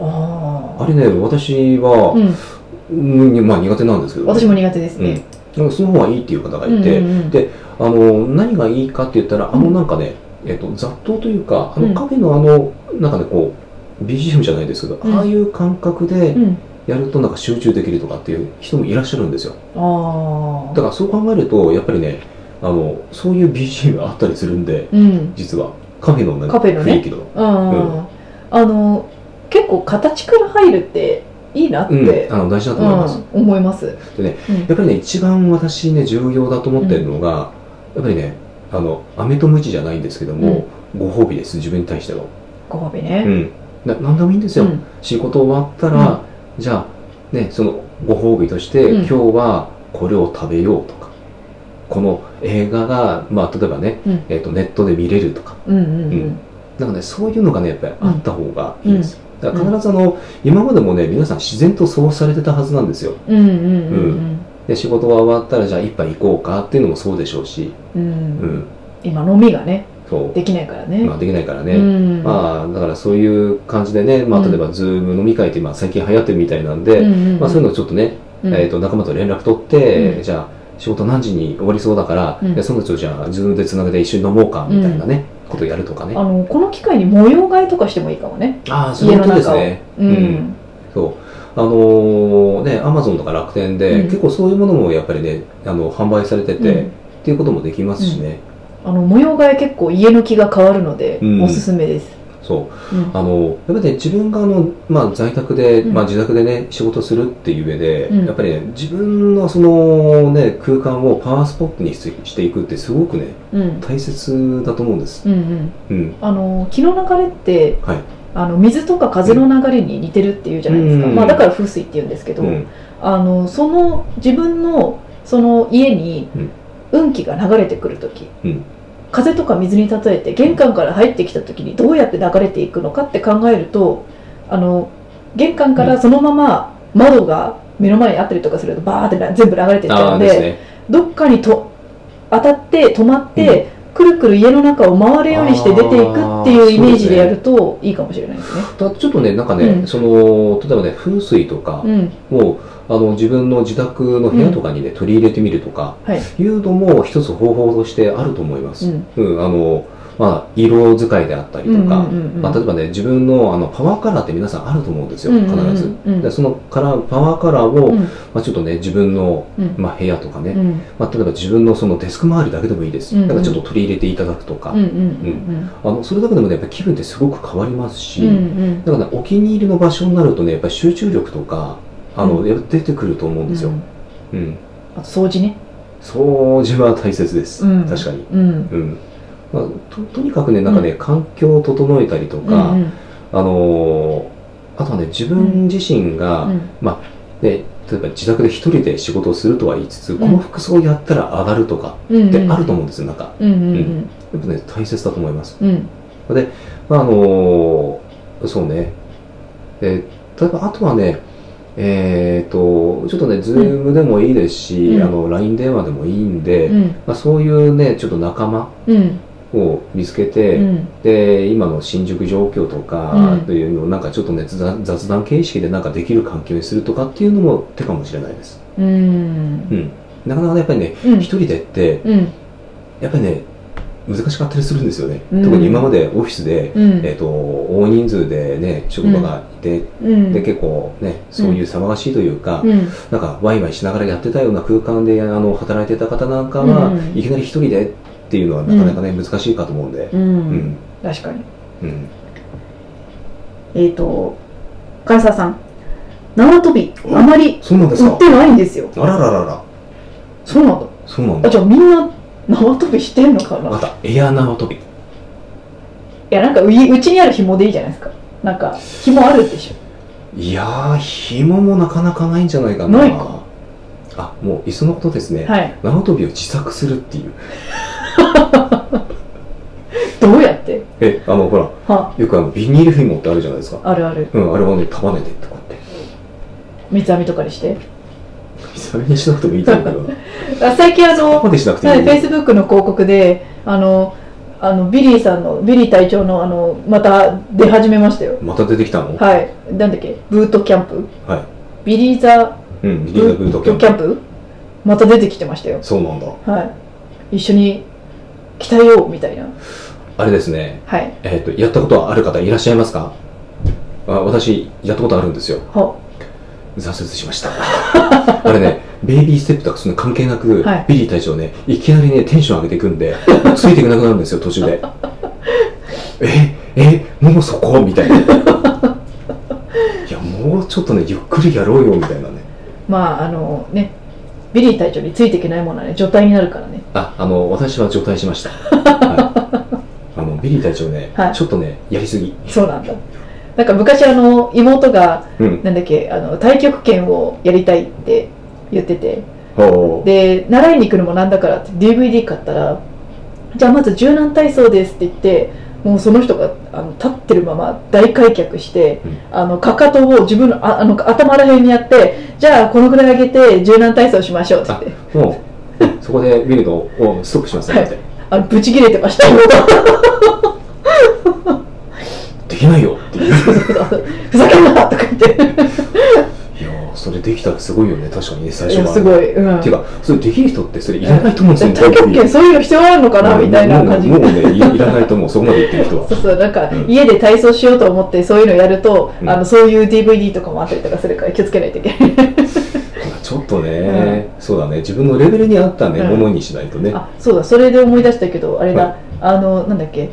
S1: あ
S2: あれね、私
S1: あ
S2: は、
S1: うん
S2: うん、まあ苦手なんですけど、
S1: 私も苦手です
S2: うん
S1: ね。
S2: なんかその方がいいっていう方が
S1: う
S2: い
S1: ん
S2: て、
S1: うんうん
S2: であの何がいいかって言ったら、あ
S1: う
S2: の
S1: ん
S2: なんかね、えっと雑踏というか、あ
S1: うん
S2: のカフェのあの、なんかね、こう、BGM じゃないですけど、
S1: うん
S2: ああいう感覚で
S1: うん
S2: やるとなんか集中できるとかっていう人もいらっしゃるんですよ。
S1: あ
S2: だ
S1: あ
S2: からそう考えると、やっぱりね、あのそういう BGM があったりするんで、
S1: うん
S2: 実は、カフェのなんか
S1: カフェのね
S2: 雰囲気の。
S1: あーあの結構形から入るっていいなっ
S2: うん、
S1: て
S2: あの大事だと
S1: う
S2: 思います。
S1: ん思います
S2: でね
S1: うん
S2: やっぱりね、一番私ね、重要だと思ってるのが、やっぱりね、あの、飴と鞭じゃないんですけども、ご褒美です、自分に対しての。
S1: ご褒美
S2: う
S1: ね
S2: ん。ななんでもいいんですよ。
S1: うん
S2: 仕事終わったら、じゃあ、ね、そのご褒美として、
S1: うん
S2: 今日はこれを食べようとか、この映画が、まあ、例えばね、
S1: うん
S2: えっとネットで見れるとか、
S1: うんうんうん
S2: なんかね、そういうのがね、やっぱりあった方がいいです。だから
S1: うん
S2: 必ずあの、今までもね、皆さん自然とそうされてたはずなんですよ。
S1: うんうんうん
S2: で、仕事が終わったら、じゃあ一杯行こうかっていうのもそうでしょうし、
S1: う
S2: うんん。
S1: 今飲みがね
S2: そ
S1: できないから
S2: う。
S1: ね
S2: まあ、できないからね。
S1: うん
S2: まあ、だからそういう感じでね、まあ、
S1: うん
S2: 例えば、ズーム飲み会って、まあ、最近流行ってるみたいなんで、まあ、そういうのをちょっとね、
S1: うん
S2: えー、と仲間と連絡取って、
S1: うん
S2: じゃあ仕事何時に終わりそうだから、
S1: うん
S2: でその人じゃあ Zoom でつなげて一緒に飲もうかみたいなね、ことやるとかね
S1: あのこの機会に模様替えとかしてもいいかもね
S2: ああそういうことですね
S1: う
S2: うん
S1: ん
S2: そうあのーねアマゾンとか楽天で、
S1: うん
S2: 結構そういうものもやっぱりねあの販売されてて、
S1: うん
S2: っていうこともできますしね、
S1: あの模様替え結構家の気が変わるので
S2: うん
S1: おすすめです
S2: そう
S1: うん
S2: あのやっぱりね自分があの、まあ、在宅で、
S1: うん
S2: まあ、自宅でね仕事するっていう上で、
S1: うん
S2: やっぱりね自分のそのね空間をパワースポットにしていくってすごくね
S1: うん
S2: 大切だと思うんです
S1: うんうん
S2: うん
S1: あの気の流れって、
S2: はい
S1: あの水とか風の流れに似てるっていうじゃないですか、
S2: うん
S1: まあ、だから風水って言うんですけど、
S2: うん
S1: あのその自分のその家に
S2: うん
S1: 運気が流れてくる時、
S2: うん
S1: 風とか水に例えて玄関から入ってきた時にどうやって流れていくのかって考えるとあの玄関からそのまま窓が目の前にあったりとかするとバーってな全部流れてっちゃ
S2: あ
S1: う
S2: あ
S1: の
S2: で
S1: です
S2: ね。
S1: どっかにと当たって止まって、くるくる家の中を回るようにして出ていくっていうイメージでやるといいかもしれないですね。
S2: ただちょっとね、なんかね、
S1: うん
S2: その、例えばね、風水とか、
S1: うん、
S2: もう、あの、自分の自宅の部屋とかにね、取り入れてみるとか、
S1: はい
S2: いうのも一つ方法としてあると思いま
S1: う
S2: す。
S1: ん、
S2: うん、あの、まあ、色使いであったりとか、
S1: うんうんうんうん
S2: まあ、例えばね、自分のあのパワーカラーって皆さんあると思うんですよ、
S1: うん
S2: 必ず。
S1: うんうん
S2: でそのカラー、パワーカラーを、
S1: うん
S2: まあ、ちょっとね、自分の、
S1: うん
S2: まあ、部屋とかね、
S1: うん
S2: まあ、例えば自分のそのデスク周りだけでもいいです。
S1: うんうん
S2: なんかちょっと取り入れていただくとか、
S1: うんうん
S2: あの、それだけでもね、やっぱり気分ってすごく変わりますし、
S1: うんうん
S2: だから、ね、お気に入りの場所になるとねやっぱり集中力とかあの、
S1: うん
S2: やっぱ出てくると思う
S1: うんん
S2: ですよ、うん
S1: あと掃除ね、
S2: 掃除は大切です、
S1: うん
S2: 確かに、
S1: うん
S2: うんまあ、ととにかくねなんかね、環境を整えたりとか、
S1: うんうん
S2: あのーあとはね、自分自身が、
S1: うん
S2: まあ、ね、例えば自宅で一人で仕事をするとは言いつつ、
S1: ん
S2: この服装をやったら上がるとか
S1: うん
S2: ってあると思うんですよ、なんか。
S1: うんうん
S2: やっぱね、大切だと思います。
S1: うんうん
S2: まあ、あのーそうね。えー、例えば、あとはね、えっ、と、ちょっとね、ズームでもいいですし、
S1: うん
S2: あの、LINE 電話でもいいんで、
S1: うん
S2: まあ、そういうね、ちょっと仲間
S1: うん
S2: を見つけて、
S1: うん
S2: で今の新宿状況と
S1: う
S2: か
S1: ん
S2: というのをなんかちょっとね雑雑談形式でなんかできる環境にするとかっていうのも手かもしれないです、
S1: うん
S2: うん、なかなかねやっぱりね
S1: うん
S2: 一人でって
S1: うん
S2: やっぱりね難しかったりするんですよね、
S1: うん
S2: 特に今までオフィスで、
S1: うん
S2: えっと大人数でね職場がいて、
S1: うん
S2: で結構ねそういう騒がしいというか、
S1: うん
S2: なんかワイワイしながらやってたような空間であの働いてた方なんかは、
S1: うん
S2: いきなり一人でっていうのはなかなかね、難しいかと思うんで、
S1: う
S2: うんん
S1: 確かに
S2: うん、
S1: えっと関西さん縄跳び
S2: お
S1: あまり
S2: そうなんです
S1: 売
S2: か
S1: ってないんですよ
S2: あらららら
S1: そうなんだ
S2: そうなん
S1: あ
S2: だ
S1: じゃあみんな縄跳びしてんのかな
S2: またエア縄跳び
S1: いやなんかういうちにある紐でいいじゃないですかなんか紐あるでしょ
S2: いやー紐もなかなかないんじゃないかな
S1: ないか
S2: あもういっそのことですね、
S1: はい
S2: 縄跳びを自作するっていう
S1: どうやって
S2: えあのほら
S1: は
S2: よくあのビニール紐ってあるじゃないですか
S1: あるある
S2: うんあれはね束ねてとかって
S1: 三つ編みとかにして
S2: 久々にしなくてもいいと思うけ ど
S1: あ最近あの
S2: 束までしなくてい
S1: はいい、フェイスブックの広告で、あの、あのビリーさんの、ビリー隊長の、あの、また出始めましたよ。
S2: また出てきたの
S1: はい、なんだっけ、ブートキャンプ。
S2: はい
S1: ビリーザ
S2: うんリ
S1: ブ
S2: ーダーブートキャン
S1: キ
S2: プ
S1: ャンプ。また出てきてましたよ。
S2: そうなんだ
S1: はい。一緒に。鍛えようみたいな。
S2: あれですね
S1: はい。
S2: えっ、とやったことはある方いらっしゃいますかあ私やったことあるんですよ
S1: は。
S2: 挫折し ましたあれねベイビーステップとかそんな関係なく、
S1: はい
S2: ビリー隊長ねいきなりねテンション上げていくんでついていけなくなるんですよ途中 でええもうそこみたいないやもうちょっとねゆっくりやろうよみたいなね
S1: まあ、あの、ね。ビリー隊長についていけないものはね、除隊になるからね。
S2: ああの私は除隊し ました、はい、あのビリー隊長ね、
S1: はい
S2: ちょっとねやりすぎ
S1: そうなんだ。なんか昔あの妹が
S2: うん
S1: なんだっけあの太極拳をやりたいって言ってて
S2: ほう
S1: で習いに来るのもなんだからって DVD 買ったらじゃあまず柔軟体操ですって言ってもうその人があの立ってるまま大開脚して、
S2: うん
S1: あのかかとを自分のああの頭ら辺にやってじゃあこのぐらい上げて柔軟体操しましょうって言って
S2: もううんそこで見るとおストップしますねって、
S1: あのブチ切れてました
S2: できないよっていう
S1: ふざけんなとか言って
S2: いやーそれできたらすごいよね確かにね最
S1: い
S2: 初
S1: や
S2: は
S1: すごい、うん、
S2: ていうかそれできる人ってそれいらないと思うんですよ
S1: 太極拳そういうの必要あるのかなみたいな感じ
S2: もうもうねいいらないと思うそこまで言ってる人は
S1: そうそうなんか
S2: うん
S1: 家で体操しようと思ってそういうのやると、
S2: うん
S1: あのそういう DVD とかもあったりとかするから気をつけないといけない
S2: ちょっとね、そうだね自分のレベルに合ったね、
S1: うん
S2: ものにしないとね
S1: あそうだそれで思い出したけどあれだ、
S2: は
S1: あのなんだっけ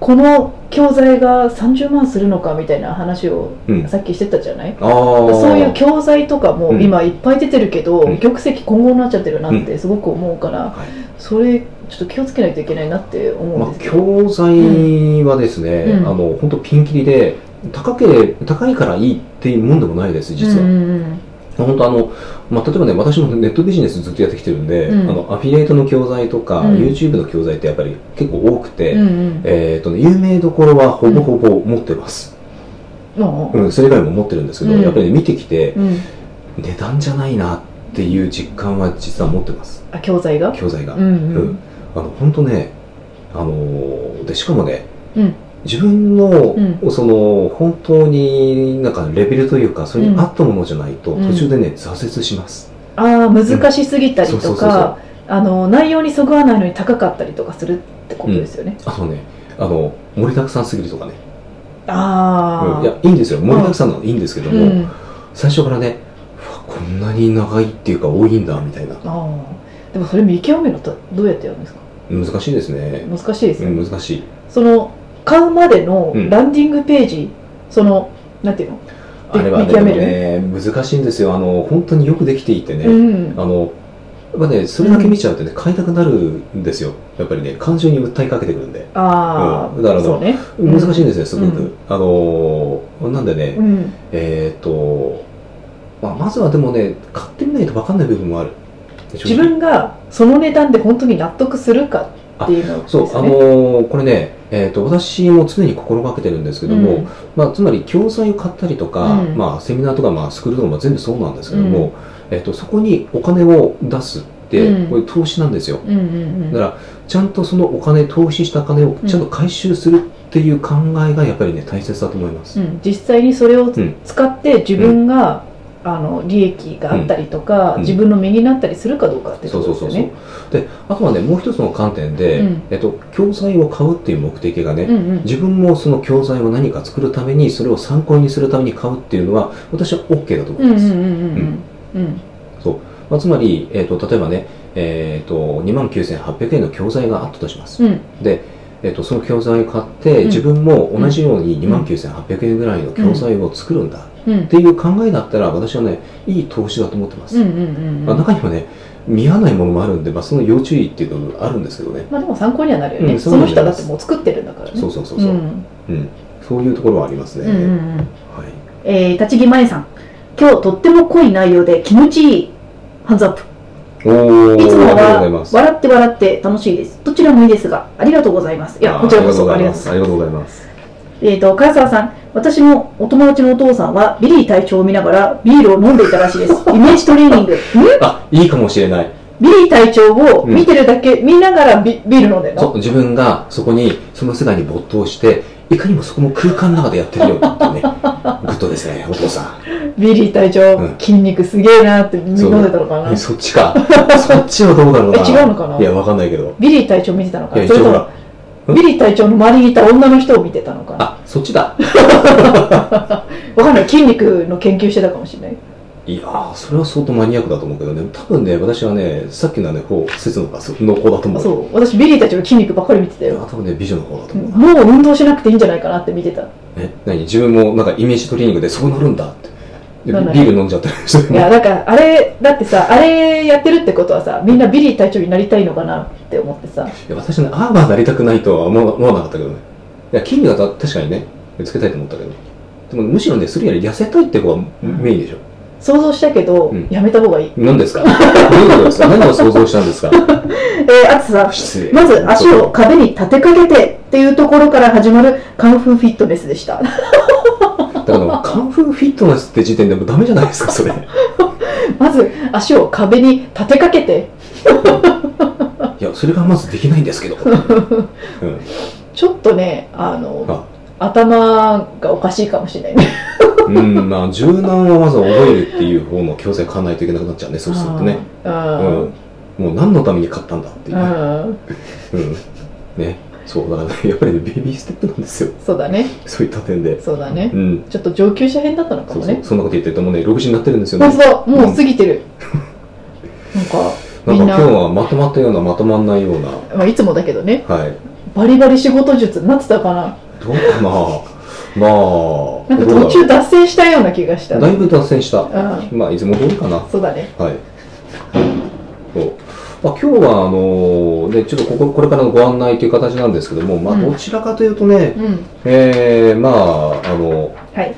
S1: この教材が30万するのかみたいな話を
S2: うん
S1: さっきしてたじゃない、
S2: ああ
S1: そういう教材とかも
S2: うん
S1: 今いっぱい出てるけど、
S2: うん
S1: 玉石混合になっちゃってるなってすごく思うから、
S2: はい
S1: それちょっと気をつけないといけないなって思う
S2: ま
S1: ん
S2: あ
S1: です、けど、
S2: 教材はですね、
S1: うん
S2: あの本当ピンキリで高け高いからいいっていうもんでもないです実は、
S1: うんうん
S2: 本当あの、まあ、例えばね私もネットビジネスずっとやってきてるんで、
S1: うん
S2: あのアフィリエイトの教材とか、
S1: うん
S2: YouTube の教材ってやっぱり結構多くて、
S1: うんうん
S2: えーとね、有名どころはほぼほぼ持ってます、
S1: うん
S2: うんそれ以外も持ってるんですけど、
S1: うん
S2: やっぱり、ね、見てきて
S1: うん
S2: 値段じゃないなっていう実感は実は持ってます
S1: あ教材が
S2: 教材が、
S1: うんうん
S2: うんあの本当ねあのーでしかもね、
S1: うん
S2: 自分の、
S1: う
S2: その本当になんかレベルというかそれに合ったものじゃないと、
S1: うん
S2: 途中でね挫折します、
S1: ああ難しすぎたり
S2: うんそ
S1: と
S2: うそうそうそう
S1: かあの内容にそぐわないのに高かったりとかするってことですよね、
S2: あとねあの盛りだくさんすぎるとかね、
S1: ああ、
S2: うんいやいいんですよ盛りだくさんなのいいんですけど
S1: う
S2: も、
S1: ん、あ
S2: 最初からねうわこんなに長いっていうか多いんだみたいな
S1: ーでもそれ見極めるのとどうやってやるんですか
S2: 難しいですね、
S1: 難しいです
S2: う
S1: よね、
S2: ん、難しい
S1: その買うまでの
S2: うん
S1: ランディングページ、そのなんていうの
S2: あれはね
S1: 見極める
S2: でもね難しいんですよあの本当によくできていてね、
S1: うん
S2: あのやっぱねそれだけ見ちゃうとね、買いたくなるんですよやっぱりね感情に訴えかけてくるんで
S1: ああ、
S2: うんだから
S1: そうね
S2: 難しいんですよすごく、
S1: うん
S2: あのーなんでね、
S1: うん
S2: えーっと、まあ、まずはでもね、買ってみないと分かんない部分もある。
S1: 自分がその値段で本当に納得するかっていうのです
S2: そ
S1: ね
S2: う、あのーこれね、えーっと、私も常に心がけてるんですけども、
S1: うん
S2: まあ、つまり教材を買ったりとか、
S1: うん
S2: まあ、セミナーとか、まあ、スクールとかも全部そうなんですけども、えーっと、そこにお金を出すって、
S1: うん
S2: これ投資なんですよ。
S1: うんうん
S2: だから、ちゃんとそのお金、投資した金をちゃんと回収するっていう考えがやっぱりね、大切だと思います。
S1: うん、うん、実際にそれを
S2: うん
S1: 使って自分が、あの利益があったりとか、
S2: うん
S1: 自分の身になったりするかどうかって
S2: そ
S1: こ
S2: う
S1: と
S2: そう
S1: です
S2: そう
S1: よ
S2: そう
S1: ね。
S2: であとはねもう一つの観点で、
S1: うん
S2: えっと、教材を買うっていう目的がね、
S1: うんうん
S2: 自分もその教材を何か作るためにそれを参考にするために買うっていうのは私は OK だと思
S1: う
S2: い
S1: んう
S2: ま
S1: ん
S2: す、
S1: うんうん
S2: まあ、つまり、えっと、例えばね、えっと2万9800円の教材があったとします、
S1: うんうん
S2: えっと、その教材を買っ
S1: う
S2: て
S1: ん
S2: 自分も同じように2万9800円ぐらいの教材を作るんだ
S1: うん
S2: っていう考えだったら私はねいい投資だと思ってます、
S1: うんうんうん
S2: まあ、中にはね見合わないものもあるんで、まあ、その要注意っていうのがあるんですけどね
S1: まあでも参考にはなるよね、
S2: うん
S1: そ
S2: そう
S1: の
S2: なんです
S1: 人だってもう作ってるんだからね
S2: そうそうそうそう、
S1: うん
S2: そういうところはありますね。
S1: うんうんうん
S2: はい。
S1: えー、立木まえさん今日とっても濃い内容で気持ちいいハンズアップ
S2: おー
S1: いつも
S2: ありがとうござい
S1: は
S2: ます。
S1: 笑って笑って楽しいですどちらもいいですがありがとうございますいやこちらこそありがとうございます
S2: ありがとうございます。
S1: えー、と唐沢さん私のお友達のお父さんはビリー隊長を見ながらビールを飲んでいたらしい ですイメージトレーニングん
S2: あ、いいかもしれない。
S1: ビリー隊長を見てるだけ、見ながらビビール飲んでるの
S2: そう、自分がそこに、その世界に没頭して、いかにもそこの空間の中でやってるよっ ていうね。グッドですね、お父さ
S1: ビリー隊長、
S2: うん
S1: 筋肉すげえなって飲んで
S2: そう
S1: たのかな
S2: ん。そっちか。そっちはどうだろうな。
S1: え違うのかない
S2: や、わかんないけど。
S1: ビリー隊長見てたのか
S2: いや、
S1: な
S2: 一
S1: それと
S2: 応ほ
S1: も
S2: ら。うん
S1: ビリー隊長の周りにいた女の人を見てたのかな
S2: あ、そっちだ。
S1: わかんない筋肉の研究してたかもしれない
S2: いやー、それは相当マニアックだと思うけどね。多分ね、私はね、さっきのね、方、説の方が濃厚だと思
S1: あ
S2: う。。
S1: そうう私ビリー隊長の筋肉ばっかり見てたよ
S2: 多分ね、美女の方だと思う。
S1: もう運動しなくていいんじゃないかなって見てた
S2: え何自分もなんかイメージトレーニングでそうなるんだってでビ
S1: なんない
S2: ール飲んじゃったりして
S1: いやだからあれだってさあれやってるってことはさみんなビリー隊長になりたいのかなって思ってさ
S2: いや私ねああはなりたくないとは思わ思わなかったけどねいや筋肉は確かにねつけたいと思ったけどでもむしろねそれより痩せたいって子がメインでしょ、
S1: 想像したけど、
S2: うん
S1: やめた方がいい
S2: 何で すかどういうことですか何を想像したんですか
S1: えー、あつさん
S2: 失礼
S1: まず足を壁に立てかけてっていうところから始まるカンフーフィットネスでした
S2: だからカンフーフィットネスって時点でもうダメじゃないですかそれい
S1: まず足を壁に立てかけて
S2: やそれがまずできないんですけど、うん、
S1: ちょっとねあの
S2: あ
S1: 頭がおかしいかもしれないね
S2: うんまあ柔軟はまず覚えるっていう方の教材買わないといけなくなっちゃうねそうするとね
S1: あーうん
S2: うん、もう何のために買ったんだっていう、
S1: うん
S2: うんね、そうだから、ね、やっぱりねベビーステップなんですよ
S1: そうだね
S2: そういった点で、
S1: そうだね
S2: うん、
S1: ちょっと上級者編だったのか
S2: そ
S1: も
S2: うそう
S1: ね
S2: そんなこと言ってるともうね6時になってるんですよね
S1: 本当だも
S2: う
S1: うん過ぎてる、なんかみ
S2: なんんか
S1: な
S2: 今日はまとまったようなまとまんないようなは
S1: まあ、いつもだけどね
S2: い
S1: バリバリ仕事術になってたかな
S2: どうかなまあ
S1: なんか
S2: どうだろ
S1: 途
S2: う
S1: 中脱線したような気がした
S2: だいぶ脱線した
S1: う
S2: まあいつも通りかな
S1: そうだね
S2: はいそうまあ、今日はあのね、ちょっとこここれからのご案内という形なんですけども、まあ、
S1: うん
S2: どちらかというとね、
S1: うん
S2: えー、まあ、あの
S1: はい、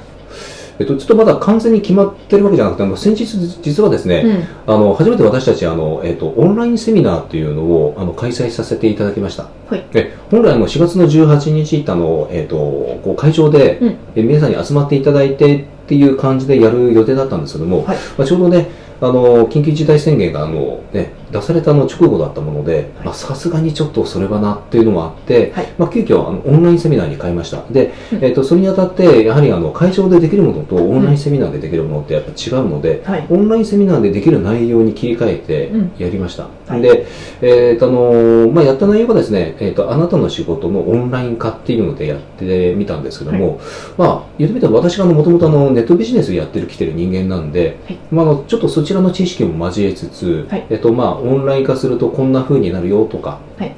S2: えっと、ちょっとまだ完全に決まってるわけじゃなくて、あの先日、実はですね、
S1: うん、
S2: あの初めて私たちあの、えっと、オンラインセミナーというのをあの開催させていただきました。
S1: はい
S2: え本来あの4月の18日あの、えっと、こう会場で、
S1: うん
S2: え皆さんに集まっていただいてっていう感じでやる予定だったんですけども、
S1: はい
S2: まあ、ちょうどね、あの緊急事態宣言があの、ね、出されたの直後だったもので、まあさすがにちょっとそれはなっていうのもあって、
S1: はい
S2: まあ、急遽あのオンラインセミナーに変えました。で
S1: うん
S2: えっとそれにあたってやはりあの会場でできるものとオンラインセミナーでできるものってやっぱ違うので、
S1: はい
S2: オンラインセミナーでできる内容に切り替えてやりました。
S1: はい
S2: で、えっとあのまあ、やった内容がですね、えっとあなたの仕事のオンライン化っていうのでやってみたんですけども、まあ、言ってみたら私がもともとネットビジネスやってる来てる人間なんで、
S1: はい
S2: まあ、あのちょっとそちらの知識も交えつつ、
S1: はい
S2: えっとまあ、オンライン化するとこんな風になるよとか、
S1: はい
S2: っ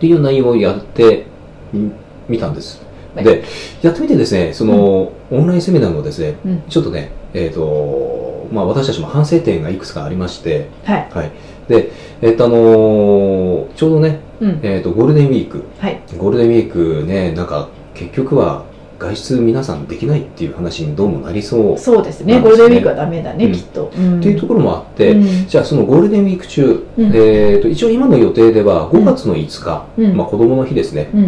S2: ていう内容をやってみみたんです。
S1: はい
S2: でやってみてですね、その、オンラインセミナーのですね、
S1: うん
S2: ちょっとね、えっ、と、まあ私たちも反省点がいくつかありまして、
S1: はい
S2: えっ、とあのーちょうどね、
S1: うん
S2: えっ、とゴールデンウィーク、
S1: はい
S2: ゴールデンウィークね、なんか結局は外出皆さんできないっていう話にどうもなりそう
S1: そうですね
S2: なん
S1: ゴ
S2: で
S1: ー
S2: すね
S1: ルデンウィークはダメだね、
S2: うん
S1: きっと、うん
S2: っていうところもあって、
S1: うん
S2: じゃあそのゴールデンウィーク中、
S1: うん
S2: えー、と一応今の予定では5月の5日、
S1: うん
S2: まあ、子供の日ですね、
S1: うん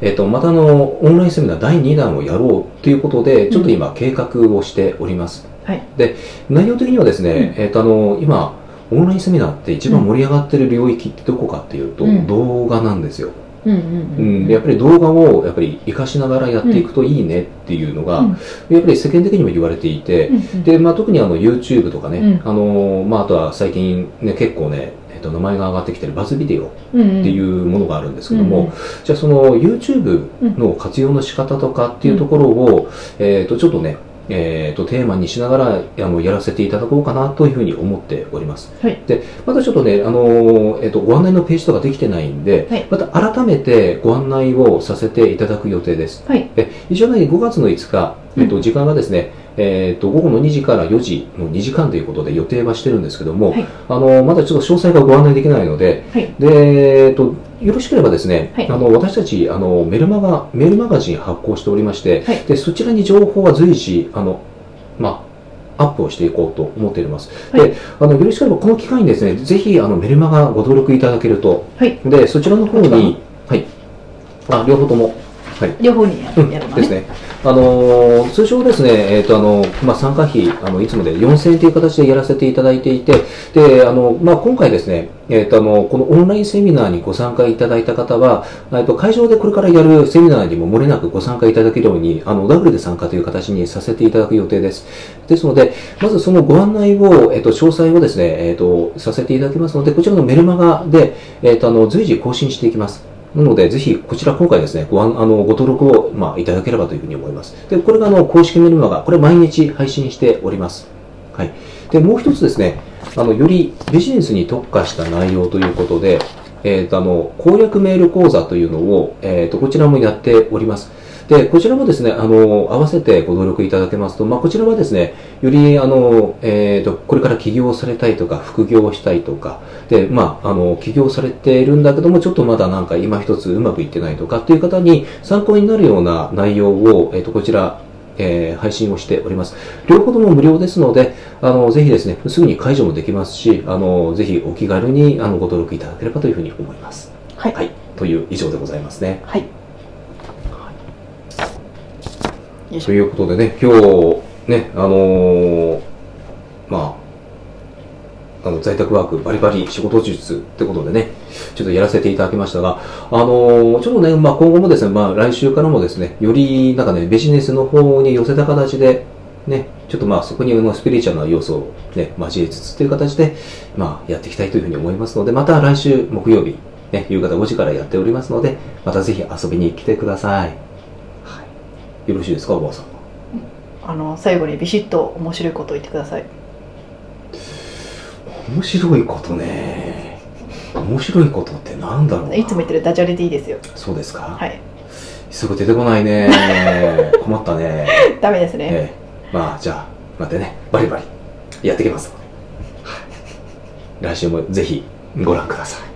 S2: えー、とまたあのオンラインセミナー第2弾をやろうということでちょっと今計画をしております、
S1: はい
S2: で内容的にはですね、えー、とあの今オンラインセミナーって一番盛り上がってる領域ってどこかっていうと、
S1: うん
S2: 動画なんですよ、
S1: うんう
S2: う
S1: んうん
S2: ん、やっぱり動画をやっぱり活かしながらやっていくといいねっていうのが、
S1: うん
S2: やっぱり世間的にも言われていて、
S1: うん
S2: で、まあ、特にあの YouTube とかね、
S1: うん
S2: あのまあ、あとは最近、ね、結構ね、えっと、名前が上がってきてるバズビデオっ
S1: うん
S2: ていううものがあるんですけ
S1: ん
S2: ども、じゃあその YouTube の活用の仕方とかっていうところを、えっとちょっとね、えっとテーマにしながらあのやらせていただこうかなというふうに思っております、
S1: はい
S2: でまたちょっとね、あのえっとご案内のページとかできてないんで、
S1: はい
S2: また改めてご案内をさせていただく予定です
S1: はい
S2: 一応ね、5月の5日、えっと、時間がですね、えっと、午後の2時から4時の2時間ということで予定はしてるんですけども、
S1: はい
S2: あの、まだちょっと詳細がご案内できないので、
S1: はい
S2: で、えっと、よろしければですね、
S1: はい
S2: あの、私たち、あの、メルマガ、メールマガジン発行しておりまして、
S1: はい
S2: で、そちらに情報は随時、あの、まあ、アップをしていこうと思っております。
S1: はい
S2: で、あの、よろしければこの機会にですね、ぜひ、あの、メルマガご登録いただけると、
S1: はい
S2: で、そちらの方
S1: どっ
S2: に、はい、あ、両方とも、
S1: 両方にや
S2: うん
S1: るやるの
S2: です
S1: ね
S2: ね。あのー通常ですね、えっ、と、あのまあ、参加費、あの、いつもで4000円という形でやらせていただいていて、で、あの、まあ、今回ですね、えっ、と、あの、このオンラインセミナーにご参加いただいた方は、えっと、会場でこれからやるセミナーにも漏れなくご参加いただけるように、あの、ダブルで参加という形にさせていただく予定です。ですので、まずそのご案内を、えっと、詳細をですね、えっと、させていただきますので、こちらのメルマガで、えっと、あの、随時更新していきます。なので、ぜひ、こちら今回ですね、ご案あのご登録を、まあ、いただければというふうに思います。で、これがあの公式メルマガ、これ毎日配信しております。はい。で、もう一つですね、あの、よりビジネスに特化した内容ということで、えっ、と、あの、攻略メール講座というのを、えっ、と、こちらもやっております。で、こちらもですね、あの、合わせてご登録いただけますと、まあ、こちらはですね、より、あの、えっ、と、これから起業されたいとか、副業をしたいとか、で、まあ、あの、起業されているんだけども、ちょっとまだなんか今一つうまくいってないとかっていう方に参考になるような内容を、えっ、と、こちら、えー配信をしております。両方とも無料ですので、あの、ぜひですね、すぐに解除もできますし、あの、ぜひお気軽に、あの、ご登録いただければというふうに思います。
S1: はい
S2: はい。という以上でございますね。
S1: はいよいし
S2: と
S1: ょ
S2: いうことでね、今日、ね、あのーまあ、あの在宅ワーク、バリバリ仕事術ってことでね、ちょっとやらせていただきましたが、あのーちょっとね、まあ、今後もですね、まあ、来週からもですね、より、なんかね、ビジネスの方に寄せた形で、ね、ちょっとまあ、そこにあのスピリチュアルな要素をね、交えつつという形で、まあ、やっていきたいというふうに思いますので、また来週木曜日、ね、夕方5時からやっておりますので、またぜひ遊びに来てください。はい。よろしいですか、おばあさん。
S1: あの最後にビシッと面白いことを言ってください
S2: 面白いことね面白いことってなんだろうない
S1: つも言ってるダジャレでいいですよ
S2: そうですか、
S1: はい
S2: すぐ出てこないね 困ったね
S1: ダメですね
S2: ええまあじゃあ待ってねバリバリやってきますのではい来週もぜひご覧ください